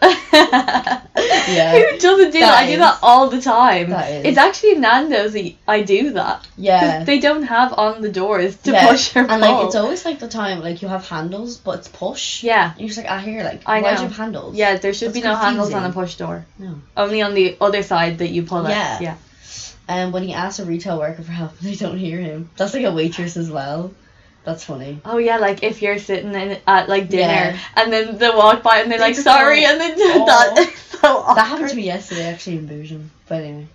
Speaker 3: yeah. Who doesn't do that?
Speaker 4: That
Speaker 3: I
Speaker 4: is-
Speaker 3: do that all the time.
Speaker 4: that is.
Speaker 3: It's actually in Nando's that I do that. 'Cause
Speaker 4: Yeah.
Speaker 3: They don't have on the doors to
Speaker 4: Yeah.
Speaker 3: push or
Speaker 4: And
Speaker 3: pull.
Speaker 4: like it's always like the time like you have handles, but it's push.
Speaker 3: Yeah.
Speaker 4: You're just like ah here like
Speaker 3: I
Speaker 4: why do
Speaker 3: know.
Speaker 4: you have handles?
Speaker 3: Yeah, there should
Speaker 4: That's
Speaker 3: be no handles on a
Speaker 4: confusing.
Speaker 3: push door.
Speaker 4: No.
Speaker 3: Only on the other side that you pull
Speaker 4: Yeah.
Speaker 3: it. Yeah.
Speaker 4: And when he asks a retail worker for help, they don't hear him. That's like a waitress as well. That's funny.
Speaker 3: Oh yeah, like if you're sitting in, at like dinner
Speaker 4: Yeah.
Speaker 3: and then they walk by and they're like
Speaker 4: just
Speaker 3: sorry
Speaker 4: go,
Speaker 3: and then
Speaker 4: "Oh."
Speaker 3: that is so awkward.
Speaker 4: That happened to me yesterday actually in Boojum. But anyway,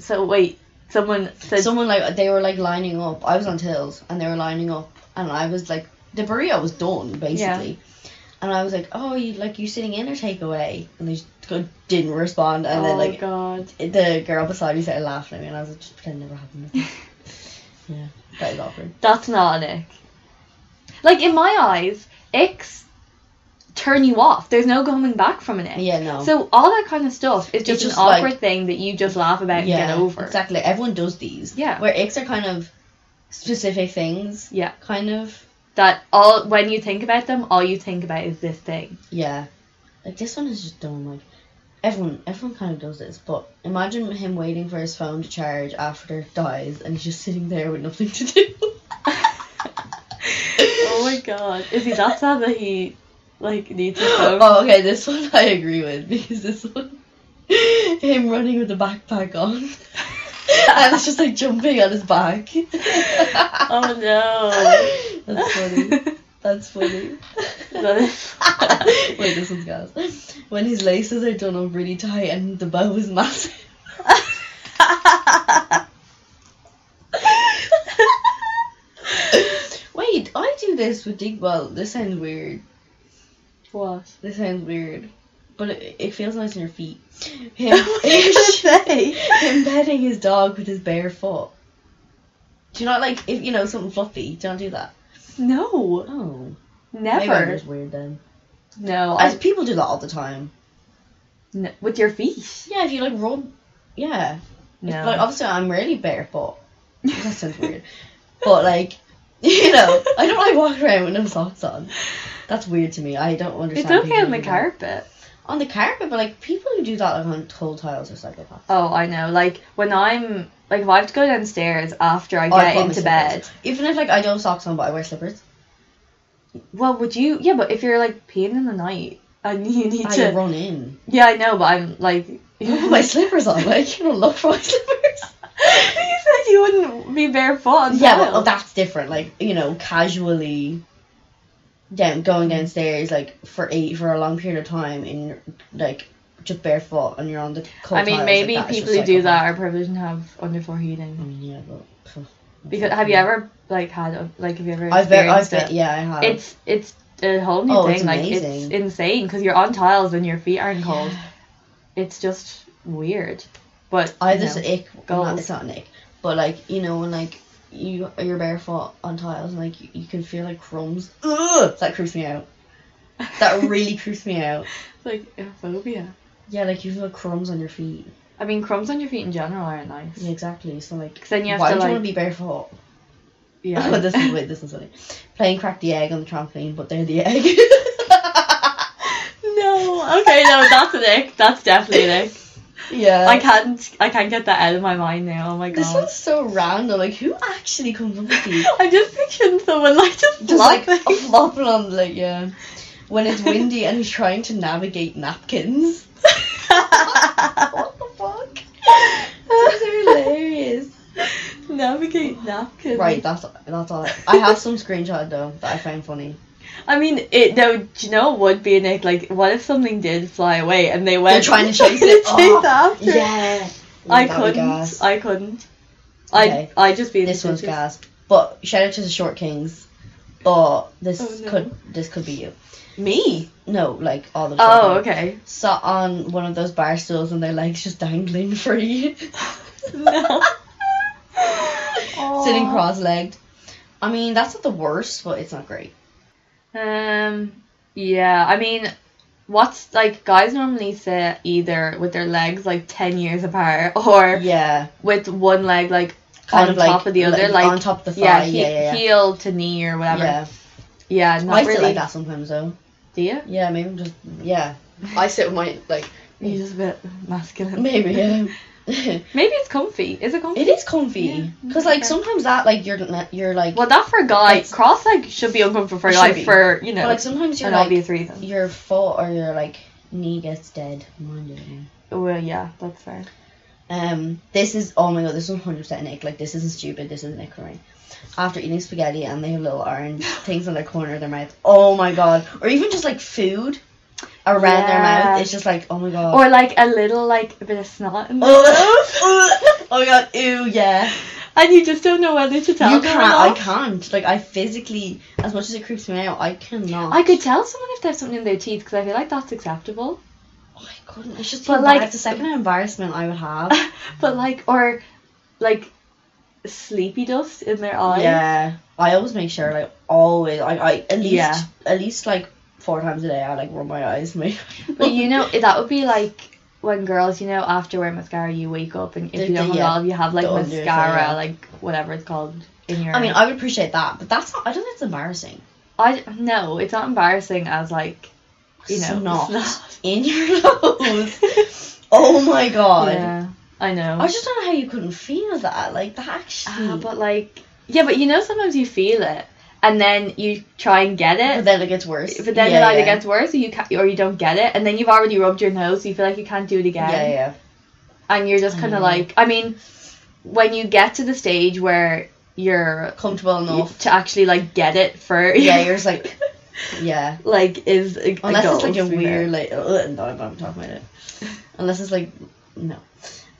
Speaker 3: So wait, someone said
Speaker 4: someone like they were like lining up. I was on tills and they were lining up, and I was like the burrito was done basically. And I was like, "Oh, you like you sitting in or takeaway?" And they just go- didn't respond. And
Speaker 3: Oh
Speaker 4: then like
Speaker 3: god.
Speaker 4: the girl beside me started laughing at me, and I was like, just pretend it never happened. yeah, that is awkward.
Speaker 3: That's not an ick. Like in my eyes, icks turn you off. There's no coming back from an ick.
Speaker 4: Yeah, no.
Speaker 3: So all that kind of stuff is just,
Speaker 4: just
Speaker 3: an awkward
Speaker 4: like-
Speaker 3: thing that you just laugh about
Speaker 4: yeah,
Speaker 3: and get over.
Speaker 4: exactly. Everyone does these.
Speaker 3: Yeah.
Speaker 4: where icks are kind of specific things.
Speaker 3: Yeah.
Speaker 4: kind of.
Speaker 3: That all when you think about them, all you think about is this thing.
Speaker 4: Yeah, like this one is just dumb. Like everyone, everyone kind of does this. But imagine him waiting for his phone to charge after it dies, and he's just sitting there with nothing to do.
Speaker 3: Oh my god. Is he that sad that he like needs his phone?
Speaker 4: Oh, okay, this one I agree with because this one, him running with the backpack on, and it's just like jumping on his back.
Speaker 3: Oh no.
Speaker 4: That's funny. That's funny.
Speaker 3: That is-
Speaker 4: Wait, this one's gas. When his laces are done up really tight and the bow is massive. Wait, I do this with Dig. Well, this sounds weird.
Speaker 3: what?
Speaker 4: This sounds weird, but it, it feels nice on your feet. Him,
Speaker 3: What was I gonna say?
Speaker 4: him petting his dog with his bare foot. Do you not like if you know something fluffy? Do you not do that?
Speaker 3: No.
Speaker 4: Oh, maybe I'm
Speaker 3: Never.
Speaker 4: just weird then.
Speaker 3: No,
Speaker 4: As
Speaker 3: I,
Speaker 4: people do that all the time.
Speaker 3: no, with your feet.
Speaker 4: Yeah, if you like roll, yeah. If,
Speaker 3: No.
Speaker 4: like obviously I'm really barefoot. That sounds weird. But like, you know, I don't like walking around with no socks on. That's weird to me. I don't
Speaker 3: it's
Speaker 4: understand.
Speaker 3: okay
Speaker 4: people
Speaker 3: on the
Speaker 4: who do that.
Speaker 3: carpet.
Speaker 4: On the carpet, but like people who do that like on cold tiles are psychopaths.
Speaker 3: Oh, I know. Like when I'm like if I have to go downstairs after I
Speaker 4: Oh, I
Speaker 3: get
Speaker 4: put my
Speaker 3: into bed.
Speaker 4: slippers. Even if like I don't have socks on, but I wear slippers.
Speaker 3: Well, would you? Yeah, but if you're like peeing in the night and you need
Speaker 4: I
Speaker 3: to.
Speaker 4: run in.
Speaker 3: Yeah, I know, but I'm like.
Speaker 4: I put my slippers on. Like you don't look for my slippers.
Speaker 3: you said you wouldn't be barefoot. on
Speaker 4: Yeah,
Speaker 3: tile.
Speaker 4: well, that's different. Like you know, casually down going downstairs like for eight for a long period of time in like just barefoot and you're on the cold.
Speaker 3: I mean,
Speaker 4: tiles,
Speaker 3: maybe
Speaker 4: like, Mm-hmm. that is
Speaker 3: people
Speaker 4: just
Speaker 3: who do
Speaker 4: psychopath.
Speaker 3: that are privileged and have underfloor
Speaker 4: I
Speaker 3: heating.
Speaker 4: mean, yeah, but pff,
Speaker 3: Because have you ever like had a- like have you ever
Speaker 4: I've been, I've
Speaker 3: experienced
Speaker 4: been,
Speaker 3: it?
Speaker 4: yeah, I have.
Speaker 3: It's it's a whole new
Speaker 4: Oh,
Speaker 3: thing.
Speaker 4: it's
Speaker 3: like it's
Speaker 4: amazing.
Speaker 3: insane because you're on tiles and your feet aren't cold. It's just weird. But
Speaker 4: I
Speaker 3: you
Speaker 4: have this
Speaker 3: know.
Speaker 4: ick. well,
Speaker 3: goals.
Speaker 4: Not, it's not an ick, but like you know when like you you're barefoot on tiles and like you, you can feel like crumbs. Ugh, that creeps me out. That really creeps me out.
Speaker 3: It's like a phobia.
Speaker 4: Yeah, like you feel crumbs on your feet.
Speaker 3: I mean, crumbs on your feet in general aren't nice.
Speaker 4: Yeah, exactly. So like,
Speaker 3: 'Cause then you have
Speaker 4: why
Speaker 3: to,
Speaker 4: would you
Speaker 3: like-
Speaker 4: want to be barefoot?
Speaker 3: Yeah.
Speaker 4: Oh, this is wait, this is funny. Playing crack the egg on the trampoline, but they're the egg.
Speaker 3: no. Okay, no, that's an ick. That's definitely an ick.
Speaker 4: yeah.
Speaker 3: I can't I can't get that out of my mind now. Oh my
Speaker 4: Uh, This
Speaker 3: god.
Speaker 4: one's so random. Like, who actually comes up with these?
Speaker 3: I'm just picturing someone like just,
Speaker 4: Just like
Speaker 3: laughing.
Speaker 4: flopping on the like, yeah. When it's windy and he's trying to navigate napkins. what the fuck? This is hilarious.
Speaker 3: Navigate napkins.
Speaker 4: Right, that's that's all. I have some screenshot though that I found funny.
Speaker 3: I mean, it. No, do you know what would be an ick? Like, what if something did fly away and they went?
Speaker 4: They're trying to chase it.
Speaker 3: trying to
Speaker 4: Oh,
Speaker 3: chase after.
Speaker 4: yeah.
Speaker 3: I
Speaker 4: That would
Speaker 3: couldn't.
Speaker 4: gas.
Speaker 3: I couldn't.
Speaker 4: Okay.
Speaker 3: I. I just be. in
Speaker 4: This
Speaker 3: the
Speaker 4: one's
Speaker 3: ditches.
Speaker 4: gas. But shout out to the Short Kings. But this
Speaker 3: Oh, no.
Speaker 4: could this could be you.
Speaker 3: Me.
Speaker 4: No, like all the
Speaker 3: Oh,
Speaker 4: children
Speaker 3: okay.
Speaker 4: Sat on one of those bar stools and their legs just dangling free.
Speaker 3: No.
Speaker 4: Sitting cross legged. I mean, that's not the worst, but it's not great.
Speaker 3: Um. Yeah. I mean, what's like guys normally sit either with their legs like ten years apart or
Speaker 4: Yeah.
Speaker 3: with one leg like
Speaker 4: Kind
Speaker 3: on
Speaker 4: of, like,
Speaker 3: top of the other,
Speaker 4: like,
Speaker 3: like
Speaker 4: on top of the
Speaker 3: yeah,
Speaker 4: thigh, yeah, yeah, yeah.
Speaker 3: heel to knee or whatever.
Speaker 4: Yeah.
Speaker 3: Yeah. Yeah, not
Speaker 4: I sit
Speaker 3: really.
Speaker 4: like that sometimes though.
Speaker 3: Do you?
Speaker 4: Yeah, maybe I'm just yeah. I sit with my like
Speaker 3: You're just a bit masculine.
Speaker 4: maybe yeah.
Speaker 3: Maybe it's comfy. Is it comfy?
Speaker 4: It is comfy
Speaker 3: Yeah,
Speaker 4: because like
Speaker 3: okay.
Speaker 4: sometimes that like you're you're like
Speaker 3: Well, that for a guy,
Speaker 4: It's-
Speaker 3: cross leg should be uncomfortable for a
Speaker 4: It
Speaker 3: guy
Speaker 4: should be.
Speaker 3: for you know
Speaker 4: but like sometimes you're
Speaker 3: an
Speaker 4: like
Speaker 3: obvious reason.
Speaker 4: your foot or your like knee gets dead. Mine didn't.
Speaker 3: Well, yeah, that's fair.
Speaker 4: Um, this is oh my god, this is one hundred percent Nick. Like this isn't stupid. This is Nick for me. After eating spaghetti and they have little orange things on their corner of their mouth. Oh my god! Or even just like food around their
Speaker 3: Yeah.
Speaker 4: mouth. It's just like oh my god.
Speaker 3: Or like a little like a bit of snot, in there.
Speaker 4: oh my god! Ew, yeah.
Speaker 3: and you just don't know whether to tell.
Speaker 4: You
Speaker 3: them or
Speaker 4: can't.
Speaker 3: not.
Speaker 4: I can't. Like I physically, as much as it creeps me out, I cannot.
Speaker 3: I could tell someone if they have something in their teeth because I feel like that's acceptable.
Speaker 4: Oh, I couldn't. It's just
Speaker 3: But,
Speaker 4: but
Speaker 3: like-
Speaker 4: like the second embarrassment I would have.
Speaker 3: But like, or like sleepy dust in their eyes.
Speaker 4: yeah, I always make sure, like always, I, I at least
Speaker 3: Yeah.
Speaker 4: at least like four times a day, I like rub my eyes. Make
Speaker 3: But you know, that would be like when girls, you know, after wearing mascara, you wake up and if you
Speaker 4: Yeah,
Speaker 3: don't
Speaker 4: yeah.
Speaker 3: have it, you have like
Speaker 4: The under-
Speaker 3: mascara,
Speaker 4: yeah.
Speaker 3: like whatever it's called in your.
Speaker 4: I mean, I would appreciate that, but that's not. I don't think it's embarrassing.
Speaker 3: I no, it's not embarrassing as like you know,
Speaker 4: Snot.
Speaker 3: snot.
Speaker 4: in your nose. oh my god!
Speaker 3: Yeah, I know.
Speaker 4: I just don't know how you couldn't feel that. Like that actually.
Speaker 3: Ah,
Speaker 4: but,
Speaker 3: but like, yeah, but you know, sometimes you feel it, and then you try and get it,
Speaker 4: then it gets worse.
Speaker 3: but then
Speaker 4: Yeah,
Speaker 3: it either
Speaker 4: yeah.
Speaker 3: gets worse or you ca or you don't get it, and then you've already rubbed your nose, so you feel like you can't do it again,
Speaker 4: Yeah, Mm-hmm. yeah.
Speaker 3: and you're just kind of like, I mean, when you get to the stage where you're
Speaker 4: Comfortable enough.
Speaker 3: to actually like get it for
Speaker 4: yeah, you're just like, yeah.
Speaker 3: like is a, a
Speaker 4: Unless
Speaker 3: goal,
Speaker 4: it's like a
Speaker 3: to be fair.
Speaker 4: weird, like, ugh, no, I'm not talking about it. Unless it's like, no.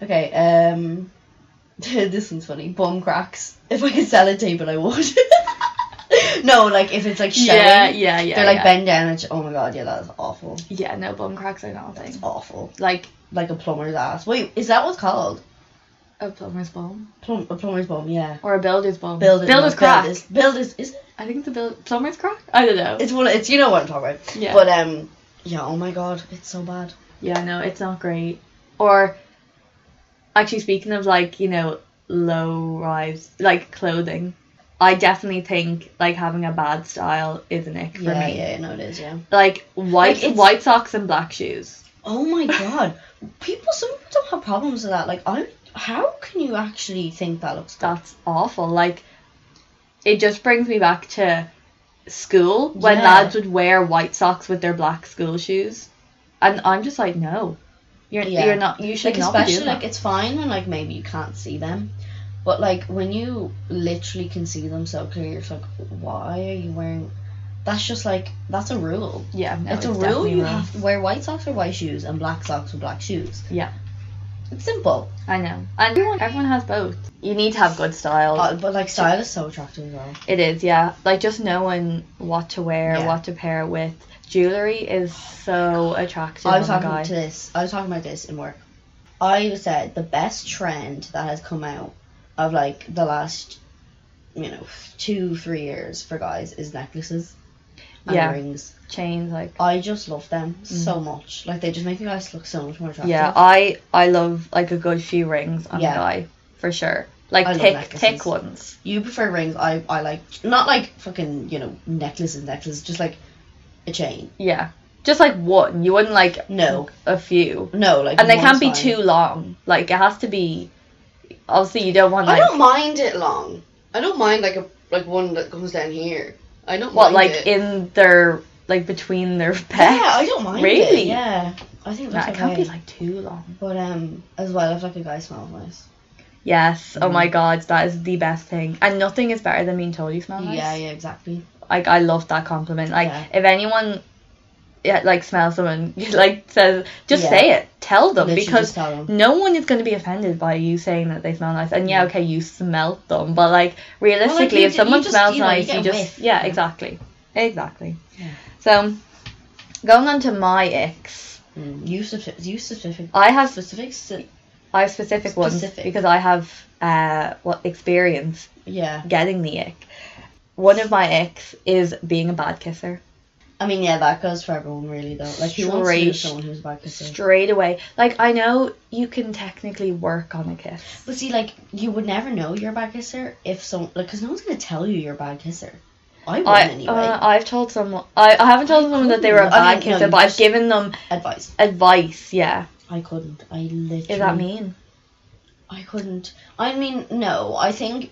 Speaker 4: Okay, um, this one's funny. Bum cracks. If I could sellotape it, I would. no, like if it's like showing.
Speaker 3: yeah, yeah, yeah.
Speaker 4: They're like
Speaker 3: yeah.
Speaker 4: bend down and sh- oh my god, yeah, that is awful.
Speaker 3: Yeah, no bum cracks are not a thing.
Speaker 4: Awful.
Speaker 3: Like
Speaker 4: Like a plumber's ass. Wait, is that what's called?
Speaker 3: A plumber's bomb.
Speaker 4: Plum, a plumber's bomb, yeah.
Speaker 3: Or a builder's bomb.
Speaker 4: Builder,
Speaker 3: builder's
Speaker 4: no,
Speaker 3: crack.
Speaker 4: Builder's, builder's is it?
Speaker 3: I think it's a build- plumber's crack? I don't know.
Speaker 4: It's one. It's you know what I'm talking about.
Speaker 3: Yeah.
Speaker 4: But um, yeah. Oh my god, it's so bad.
Speaker 3: Yeah, no, it's not great. Or actually speaking of like, you know, low rise like clothing, I definitely think like having a bad style is an ick for
Speaker 4: yeah,
Speaker 3: me.
Speaker 4: yeah, no, it is. Yeah.
Speaker 3: Like
Speaker 4: Like,
Speaker 3: white
Speaker 4: it's-
Speaker 3: white socks and black shoes.
Speaker 4: Oh my god, people. Some people don't have problems with that. Like I'm. How can you actually think that looks good?
Speaker 3: That's awful. Like it just brings me back to school when
Speaker 4: Yeah.
Speaker 3: lads would wear white socks with their black school shoes. And I'm just like, no. You're
Speaker 4: Yeah.
Speaker 3: you're not you should
Speaker 4: like
Speaker 3: not be
Speaker 4: especially
Speaker 3: doing
Speaker 4: like
Speaker 3: that.
Speaker 4: it's fine when like maybe you can't see them but like when you literally can see them so clear it's like why are you wearing that's just like that's a rule
Speaker 3: yeah, no,
Speaker 4: it's, a rule
Speaker 3: definitely
Speaker 4: you
Speaker 3: wrong.
Speaker 4: have to wear white socks or white shoes and black socks with black shoes
Speaker 3: Yeah.
Speaker 4: it's simple
Speaker 3: I know. And everyone, everyone has both. You need to have good style.
Speaker 4: Uh, but like style is so attractive as well
Speaker 3: it is, yeah. Like just knowing what to wear,
Speaker 4: Yeah.
Speaker 3: what to pair with. Jewelry is so attractive
Speaker 4: I was
Speaker 3: on a
Speaker 4: talking
Speaker 3: guy.
Speaker 4: to this. I was talking about this in work. I said the best trend that has come out of like the last, you know, two three years for guys is necklaces and
Speaker 3: Yeah.
Speaker 4: rings.
Speaker 3: Chains, like
Speaker 4: I just love them so much. Like they just make the guys look so much more attractive.
Speaker 3: yeah. uh, I I love like a good few rings on
Speaker 4: Yeah.
Speaker 3: a guy for sure. Like
Speaker 4: I love
Speaker 3: thick
Speaker 4: necklaces.
Speaker 3: thick ones.
Speaker 4: you prefer rings. I I like not like fucking you know necklaces necklaces just like a chain.
Speaker 3: Yeah, just like one. You wouldn't like
Speaker 4: No.
Speaker 3: a few,
Speaker 4: No, like
Speaker 3: Mm. and they
Speaker 4: one's
Speaker 3: can't be
Speaker 4: fine.
Speaker 3: too long. Like it has to be. Obviously, you don't want
Speaker 4: I
Speaker 3: like
Speaker 4: don't mind it long. I don't mind like a like one that comes down here. I don't
Speaker 3: what
Speaker 4: mind
Speaker 3: like
Speaker 4: it.
Speaker 3: in their like between their pecs.
Speaker 4: Yeah, I don't mind. it,
Speaker 3: Really?
Speaker 4: Yeah. I think that's
Speaker 3: That
Speaker 4: okay.
Speaker 3: can't be like too long.
Speaker 4: But um, as well, if like a guy smells nice.
Speaker 3: Yes. Oh
Speaker 4: Mm.
Speaker 3: my god, that is the best thing, and nothing is better than being told you smell nice.
Speaker 4: Yeah, yeah, exactly.
Speaker 3: Like I love that compliment. Like
Speaker 4: Yeah.
Speaker 3: if anyone, yeah, like smells someone, like says, just
Speaker 4: Yeah.
Speaker 3: say it. Tell them
Speaker 4: Literally
Speaker 3: because
Speaker 4: just tell them.
Speaker 3: no one is going to be offended by you saying that they smell nice. And yeah, okay, you smelt them, but like realistically,
Speaker 4: you
Speaker 3: if
Speaker 4: ju-
Speaker 3: someone
Speaker 4: you just,
Speaker 3: smells
Speaker 4: you know, you
Speaker 3: nice,
Speaker 4: get
Speaker 3: you
Speaker 4: a
Speaker 3: just
Speaker 4: whiff,
Speaker 3: yeah,
Speaker 4: you know.
Speaker 3: exactly, exactly. So going on to my icks,
Speaker 4: Mm. You specific. You specific.
Speaker 3: I have
Speaker 4: specific. si-
Speaker 3: I have specific, ones
Speaker 4: Specific.
Speaker 3: because I have uh what experience
Speaker 4: Yeah.
Speaker 3: getting the ick. One of my icks is being a bad kisser.
Speaker 4: I mean, yeah, that goes for everyone really though. Like who wants to be
Speaker 3: Straight-
Speaker 4: someone who's bad kissing?
Speaker 3: Straight away. Like I know you can technically work on a kiss.
Speaker 4: But see, like you would never know you're a bad kisser if some like because no one's gonna tell you you're a bad kisser. I wouldn't
Speaker 3: I
Speaker 4: anyway.
Speaker 3: uh, I've told someone I, I haven't told someone that they were a
Speaker 4: couldn't. I
Speaker 3: bad
Speaker 4: mean, no,
Speaker 3: kisser,
Speaker 4: you
Speaker 3: but I've
Speaker 4: just-
Speaker 3: given them
Speaker 4: Advice.
Speaker 3: advice, yeah.
Speaker 4: I couldn't. I literally.
Speaker 3: Is that mean?
Speaker 4: I couldn't. I mean, no. I think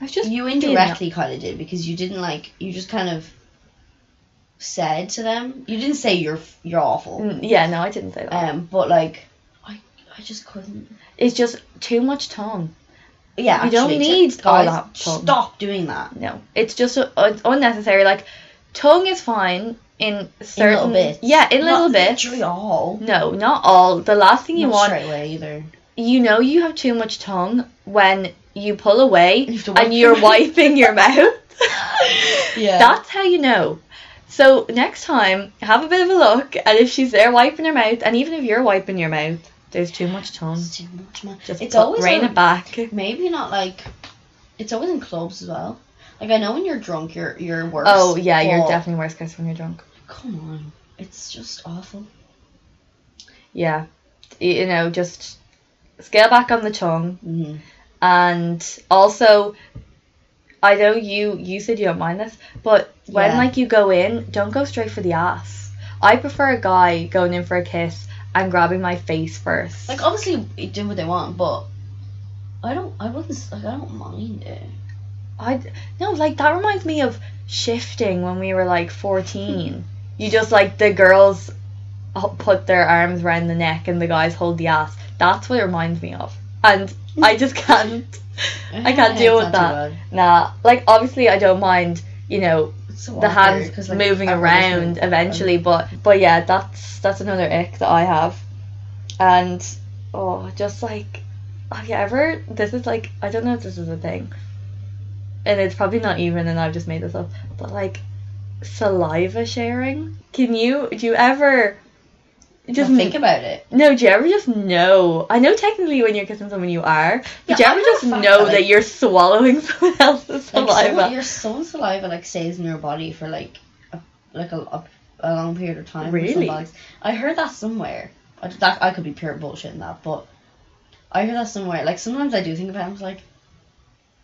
Speaker 3: I've just
Speaker 4: you
Speaker 3: been-
Speaker 4: indirectly kind of did because you didn't like you just kind of said to them you didn't say you're f- you're awful
Speaker 3: Mm, Yeah, no, I didn't say that.
Speaker 4: um but like i i just couldn't
Speaker 3: it's just too much tongue.
Speaker 4: yeah
Speaker 3: You don't
Speaker 4: actually, t-
Speaker 3: need all
Speaker 4: guys,
Speaker 3: that tongue.
Speaker 4: stop doing that
Speaker 3: No, it's just uh, it's unnecessary. Like tongue is fine in
Speaker 4: in
Speaker 3: certain
Speaker 4: little bits
Speaker 3: Yeah, in little
Speaker 4: Not
Speaker 3: bits.
Speaker 4: literally all
Speaker 3: No, not all. The last thing you
Speaker 4: Not
Speaker 3: want,
Speaker 4: straight away either
Speaker 3: you know, you have too much tongue when you pull away
Speaker 4: You have to wipe
Speaker 3: and you're
Speaker 4: your mouth.
Speaker 3: wiping your mouth.
Speaker 4: Yeah.
Speaker 3: That's how you know. So next time, have a bit of a look, and if she's there wiping her mouth, and even if you're wiping your mouth, there's too much tongue.
Speaker 4: it's too much man
Speaker 3: Just
Speaker 4: it's
Speaker 3: put-
Speaker 4: always
Speaker 3: rein
Speaker 4: on-
Speaker 3: it back.
Speaker 4: maybe not like it's always in clubs as well like i know when you're drunk you're you're worse
Speaker 3: Oh yeah, you're
Speaker 4: but
Speaker 3: definitely worse kiss when you're drunk.
Speaker 4: come on it's just awful
Speaker 3: Yeah, Y- you know, just scale back on the tongue,
Speaker 4: mm-hmm.
Speaker 3: and also i know you you said you don't mind this but when
Speaker 4: Yeah.
Speaker 3: like you go in don't go straight for the ass i prefer a guy going in for a kiss and grabbing my face first
Speaker 4: Like obviously they do what they want, but I don't. I wouldn't. Like I don't mind it.
Speaker 3: i no like that reminds me of shifting when we were like 14 you just like the girls h- put their arms around the neck and the guys hold the ass that's what it reminds me of and i just can't i can't
Speaker 4: Yeah,
Speaker 3: deal
Speaker 4: it's
Speaker 3: with
Speaker 4: not too
Speaker 3: that
Speaker 4: bad.
Speaker 3: nah like obviously i don't mind you know
Speaker 4: It's so
Speaker 3: the
Speaker 4: awkward,
Speaker 3: hands
Speaker 4: 'cause, like,
Speaker 3: moving
Speaker 4: I've always
Speaker 3: around
Speaker 4: been-
Speaker 3: eventually but but yeah that's that's another ick that i have and oh just like have you ever this is like i don't know if this is a thing and it's probably not even and i've just made this up but like saliva sharing can you do you ever It
Speaker 4: Just
Speaker 3: doesn't
Speaker 4: think about it.
Speaker 3: No, do you ever just know? I know technically when you're kissing someone you are,
Speaker 4: Yeah,
Speaker 3: but do you
Speaker 4: I
Speaker 3: ever
Speaker 4: know
Speaker 3: just
Speaker 4: the fact
Speaker 3: know
Speaker 4: that,
Speaker 3: that,
Speaker 4: like-
Speaker 3: you're swallowing someone else's
Speaker 4: Like
Speaker 3: saliva?
Speaker 4: Some, your soul saliva like stays in your body for like a, like a, a, a long period of time. for some
Speaker 3: Really?
Speaker 4: bodies. I heard that somewhere. I, that I could be pure bullshit in that, but I heard that somewhere. Like sometimes I do think about it. I'm just like,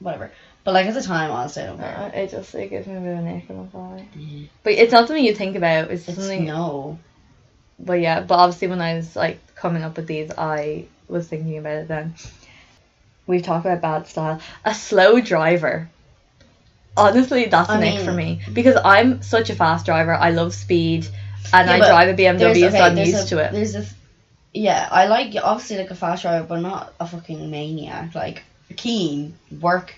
Speaker 4: whatever. But like at the time, honestly, I don't care.
Speaker 3: Uh, it just it gives me a bit of an ick on the side. But it's not something you think about. It's,
Speaker 4: It's
Speaker 3: something.
Speaker 4: no.
Speaker 3: But yeah, but obviously when I was like coming up with these, I was thinking about it then. We've talked about bad style. A slow driver. Honestly, that's
Speaker 4: I
Speaker 3: an ick
Speaker 4: mean- mm.
Speaker 3: for me because I'm such a fast driver. I love speed, and
Speaker 4: Yeah,
Speaker 3: I
Speaker 4: but
Speaker 3: drive a BMW,
Speaker 4: there's-
Speaker 3: so
Speaker 4: okay,
Speaker 3: I'm
Speaker 4: there's
Speaker 3: used
Speaker 4: a-
Speaker 3: to it.
Speaker 4: There's a, yeah, I like obviously like a fast driver, but not a fucking maniac. Like Keen work.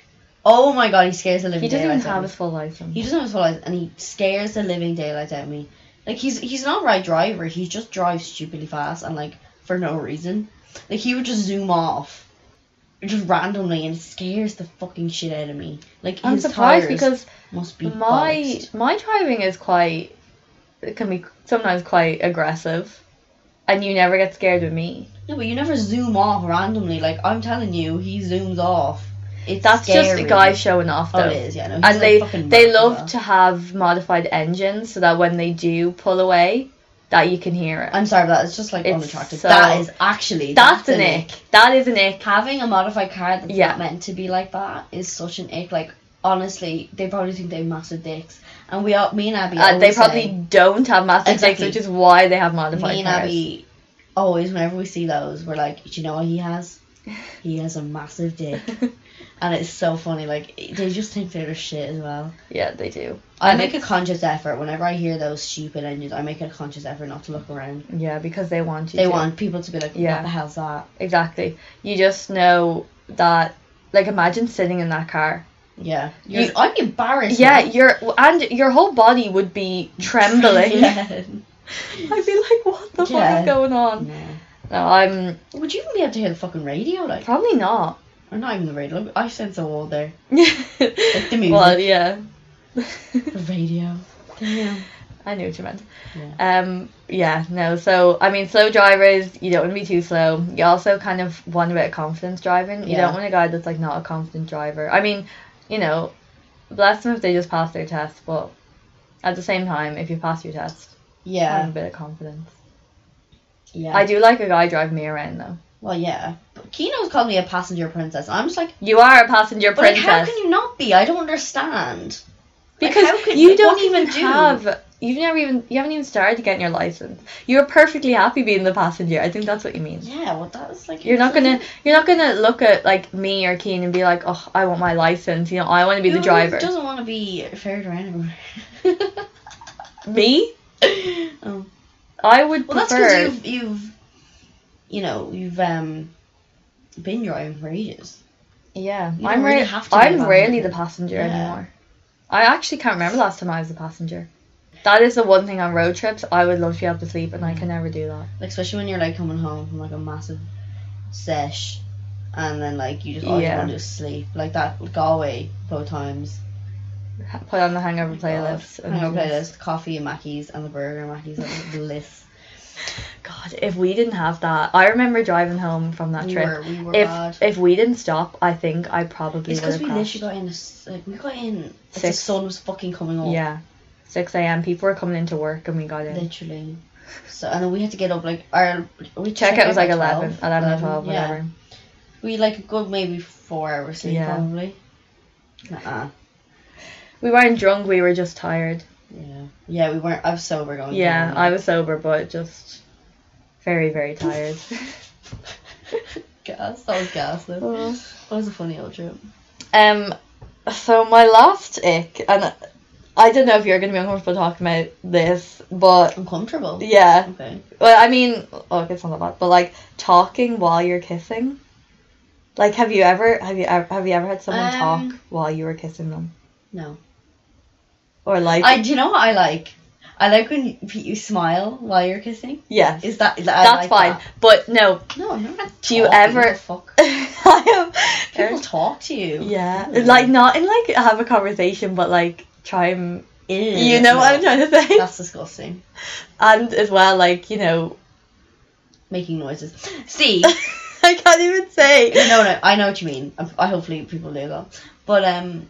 Speaker 4: Oh my god, he scares the living
Speaker 3: He doesn't even
Speaker 4: daylights out of
Speaker 3: have
Speaker 4: me.
Speaker 3: his full license.
Speaker 4: He doesn't have his full license, and he scares the living daylights out of me. Like he's he's not a right driver. He just drives stupidly fast and like for no reason. Like he would just zoom off, just randomly, and it scares the fucking shit out of me. Like
Speaker 3: I'm
Speaker 4: his
Speaker 3: surprised
Speaker 4: tires
Speaker 3: because
Speaker 4: must be
Speaker 3: my
Speaker 4: boxed.
Speaker 3: my driving is quite it can be sometimes quite aggressive, and you never get scared with me.
Speaker 4: No, but you never zoom off randomly. Like I'm telling you, he zooms off. It's
Speaker 3: That's just
Speaker 4: scary.
Speaker 3: a guy showing off though.
Speaker 4: Oh, it is, yeah. No, he's
Speaker 3: and
Speaker 4: like
Speaker 3: they
Speaker 4: fucking
Speaker 3: they
Speaker 4: rough as
Speaker 3: love
Speaker 4: well.
Speaker 3: to have modified engines so that when they do pull away, that you can hear it.
Speaker 4: I'm sorry, but that it's just like
Speaker 3: It's
Speaker 4: unattractive.
Speaker 3: so-
Speaker 4: that is actually
Speaker 3: that's an
Speaker 4: an
Speaker 3: ick. That is an ick.
Speaker 4: Having a modified car that's
Speaker 3: Yeah.
Speaker 4: not meant to be like that is such an ick. Like honestly, they probably think they're massive dicks, and we all, me and Abby,
Speaker 3: Uh, they
Speaker 4: always
Speaker 3: probably
Speaker 4: say-
Speaker 3: don't have massive
Speaker 4: Exactly.
Speaker 3: dicks, which is why they have modified
Speaker 4: me and
Speaker 3: cars.
Speaker 4: Abby always whenever we see those, we're like, do you know what he has? He has a massive dick, and it's so funny. Like they just think they're the shit as well.
Speaker 3: Yeah, they do.
Speaker 4: I make a conscious effort whenever I hear those stupid engines. I make a conscious effort not to look around.
Speaker 3: Yeah, because they want you.
Speaker 4: They
Speaker 3: to.
Speaker 4: want people to be like,
Speaker 3: Yeah.
Speaker 4: what the hell's that?
Speaker 3: exactly. You just know that. Like imagine sitting in that car.
Speaker 4: Yeah, You're, I'm embarrassed.
Speaker 3: Yeah,
Speaker 4: now.
Speaker 3: your and your whole body would be trembling.
Speaker 4: yeah.
Speaker 3: I'd be like, what the fuck
Speaker 4: Yeah.
Speaker 3: is going on?
Speaker 4: No.
Speaker 3: No, I'm
Speaker 4: Would you even be able to hear the fucking radio? Like,
Speaker 3: probably not.
Speaker 4: or not even the radio. I sound so old there. the music.
Speaker 3: well, yeah.
Speaker 4: The radio. Damn.
Speaker 3: I knew what you meant. Um, yeah, no. So I mean, slow drivers, you don't want to be too slow. You also kind of want a bit of confidence driving. You
Speaker 4: Yeah.
Speaker 3: don't want a guy that's like not a confident driver. I mean, you know, bless them if they just pass their test, but at the same time, if you pass your test, have
Speaker 4: Yeah.
Speaker 3: a bit of confidence.
Speaker 4: Yeah.
Speaker 3: I do like a guy driving me around though.
Speaker 4: Well, yeah. But Kino's called me a passenger princess. I'm just like,
Speaker 3: You are a passenger
Speaker 4: but like,
Speaker 3: princess.
Speaker 4: how can you not be? I don't understand. Like,
Speaker 3: because
Speaker 4: how can-
Speaker 3: you
Speaker 4: like,
Speaker 3: don't
Speaker 4: what can
Speaker 3: even
Speaker 4: you do?
Speaker 3: have you've never even you haven't even started getting your license you're perfectly happy being the passenger i think that's what you mean
Speaker 4: Yeah. Well, that was like.
Speaker 3: you're not gonna you're not gonna look at like me or Keen and be like oh i want my license you know i want to be
Speaker 4: Who
Speaker 3: the driver
Speaker 4: doesn't want to be ferried around everywhere?
Speaker 3: me
Speaker 4: oh.
Speaker 3: i would
Speaker 4: Well, that's
Speaker 3: prefer
Speaker 4: because you've, you've, you know, you've um, been driving for ages.
Speaker 3: yeah
Speaker 4: you
Speaker 3: i'm
Speaker 4: don't really
Speaker 3: rea-
Speaker 4: have to be
Speaker 3: i'm
Speaker 4: the
Speaker 3: rarely
Speaker 4: passenger.
Speaker 3: the passenger
Speaker 4: Yeah.
Speaker 3: anymore i actually can't remember last time i was a passenger that is the one thing on road trips i would love to be able to sleep and i can never do that
Speaker 4: Like, especially when you're like coming home from like a massive sesh, and then like you just all
Speaker 3: Yeah.
Speaker 4: you want to do is sleep. Like that Galway both times.
Speaker 3: Ha- put on the hangover playlist
Speaker 4: I'm
Speaker 3: and
Speaker 4: gonna play
Speaker 3: just-
Speaker 4: this coffee and Mackey's and the burger and Mackey's and the bliss.
Speaker 3: God, if we didn't have that, I remember driving home from that
Speaker 4: We
Speaker 3: trip.
Speaker 4: were- we were
Speaker 3: if
Speaker 4: bad.
Speaker 3: if we didn't stop, I think I probably
Speaker 4: It's
Speaker 3: would
Speaker 4: because
Speaker 3: have
Speaker 4: we
Speaker 3: crashed.
Speaker 4: literally got in. a s like we got in. like, The
Speaker 3: Six.
Speaker 4: sun was fucking coming up.
Speaker 3: yeah, six a.m. People were coming into work, and we got in.
Speaker 4: Literally. So and then we had to get up like our we
Speaker 3: Check out was like
Speaker 4: by
Speaker 3: 11, 11,
Speaker 4: 11,
Speaker 3: or twelve,
Speaker 4: yeah.
Speaker 3: whatever.
Speaker 4: We like a good maybe four hours sleep
Speaker 3: Yeah.
Speaker 4: probably. Uh-uh.
Speaker 3: We weren't drunk; we were just tired.
Speaker 4: Yeah. Yeah, we weren't I was sober going.
Speaker 3: Yeah,
Speaker 4: home.
Speaker 3: I was sober, but just very, very tired.
Speaker 4: gas. That was gas though.
Speaker 3: Uh-huh.
Speaker 4: That was a funny old trip.
Speaker 3: um, so my last ick, and I don't know if you're gonna be uncomfortable talking about this, but
Speaker 4: Uncomfortable.
Speaker 3: yeah,
Speaker 4: Okay.
Speaker 3: Well, I mean, oh, look, it's not that bad, but like talking while you're kissing. Like, have you ever, have you ever, have you ever had someone
Speaker 4: Um,
Speaker 3: talk while you were kissing them,
Speaker 4: No.
Speaker 3: or like,
Speaker 4: I do you know what I like? I like when you- you smile while you're kissing.
Speaker 3: yes,
Speaker 4: Is that is that I like
Speaker 3: that's fine. But no,
Speaker 4: that. No, I'm not
Speaker 3: Do you
Speaker 4: talking,
Speaker 3: ever-
Speaker 4: what the fuck?
Speaker 3: I have
Speaker 4: People talk to you.
Speaker 3: yeah, like not in like have a conversation, but like try and
Speaker 4: Ew.
Speaker 3: you know what I'm trying to say,
Speaker 4: That's disgusting.
Speaker 3: and as well like you know
Speaker 4: making noises. C.
Speaker 3: I can't even say.
Speaker 4: no, no, I know what you mean. Um, I, I hopefully people do that. But um,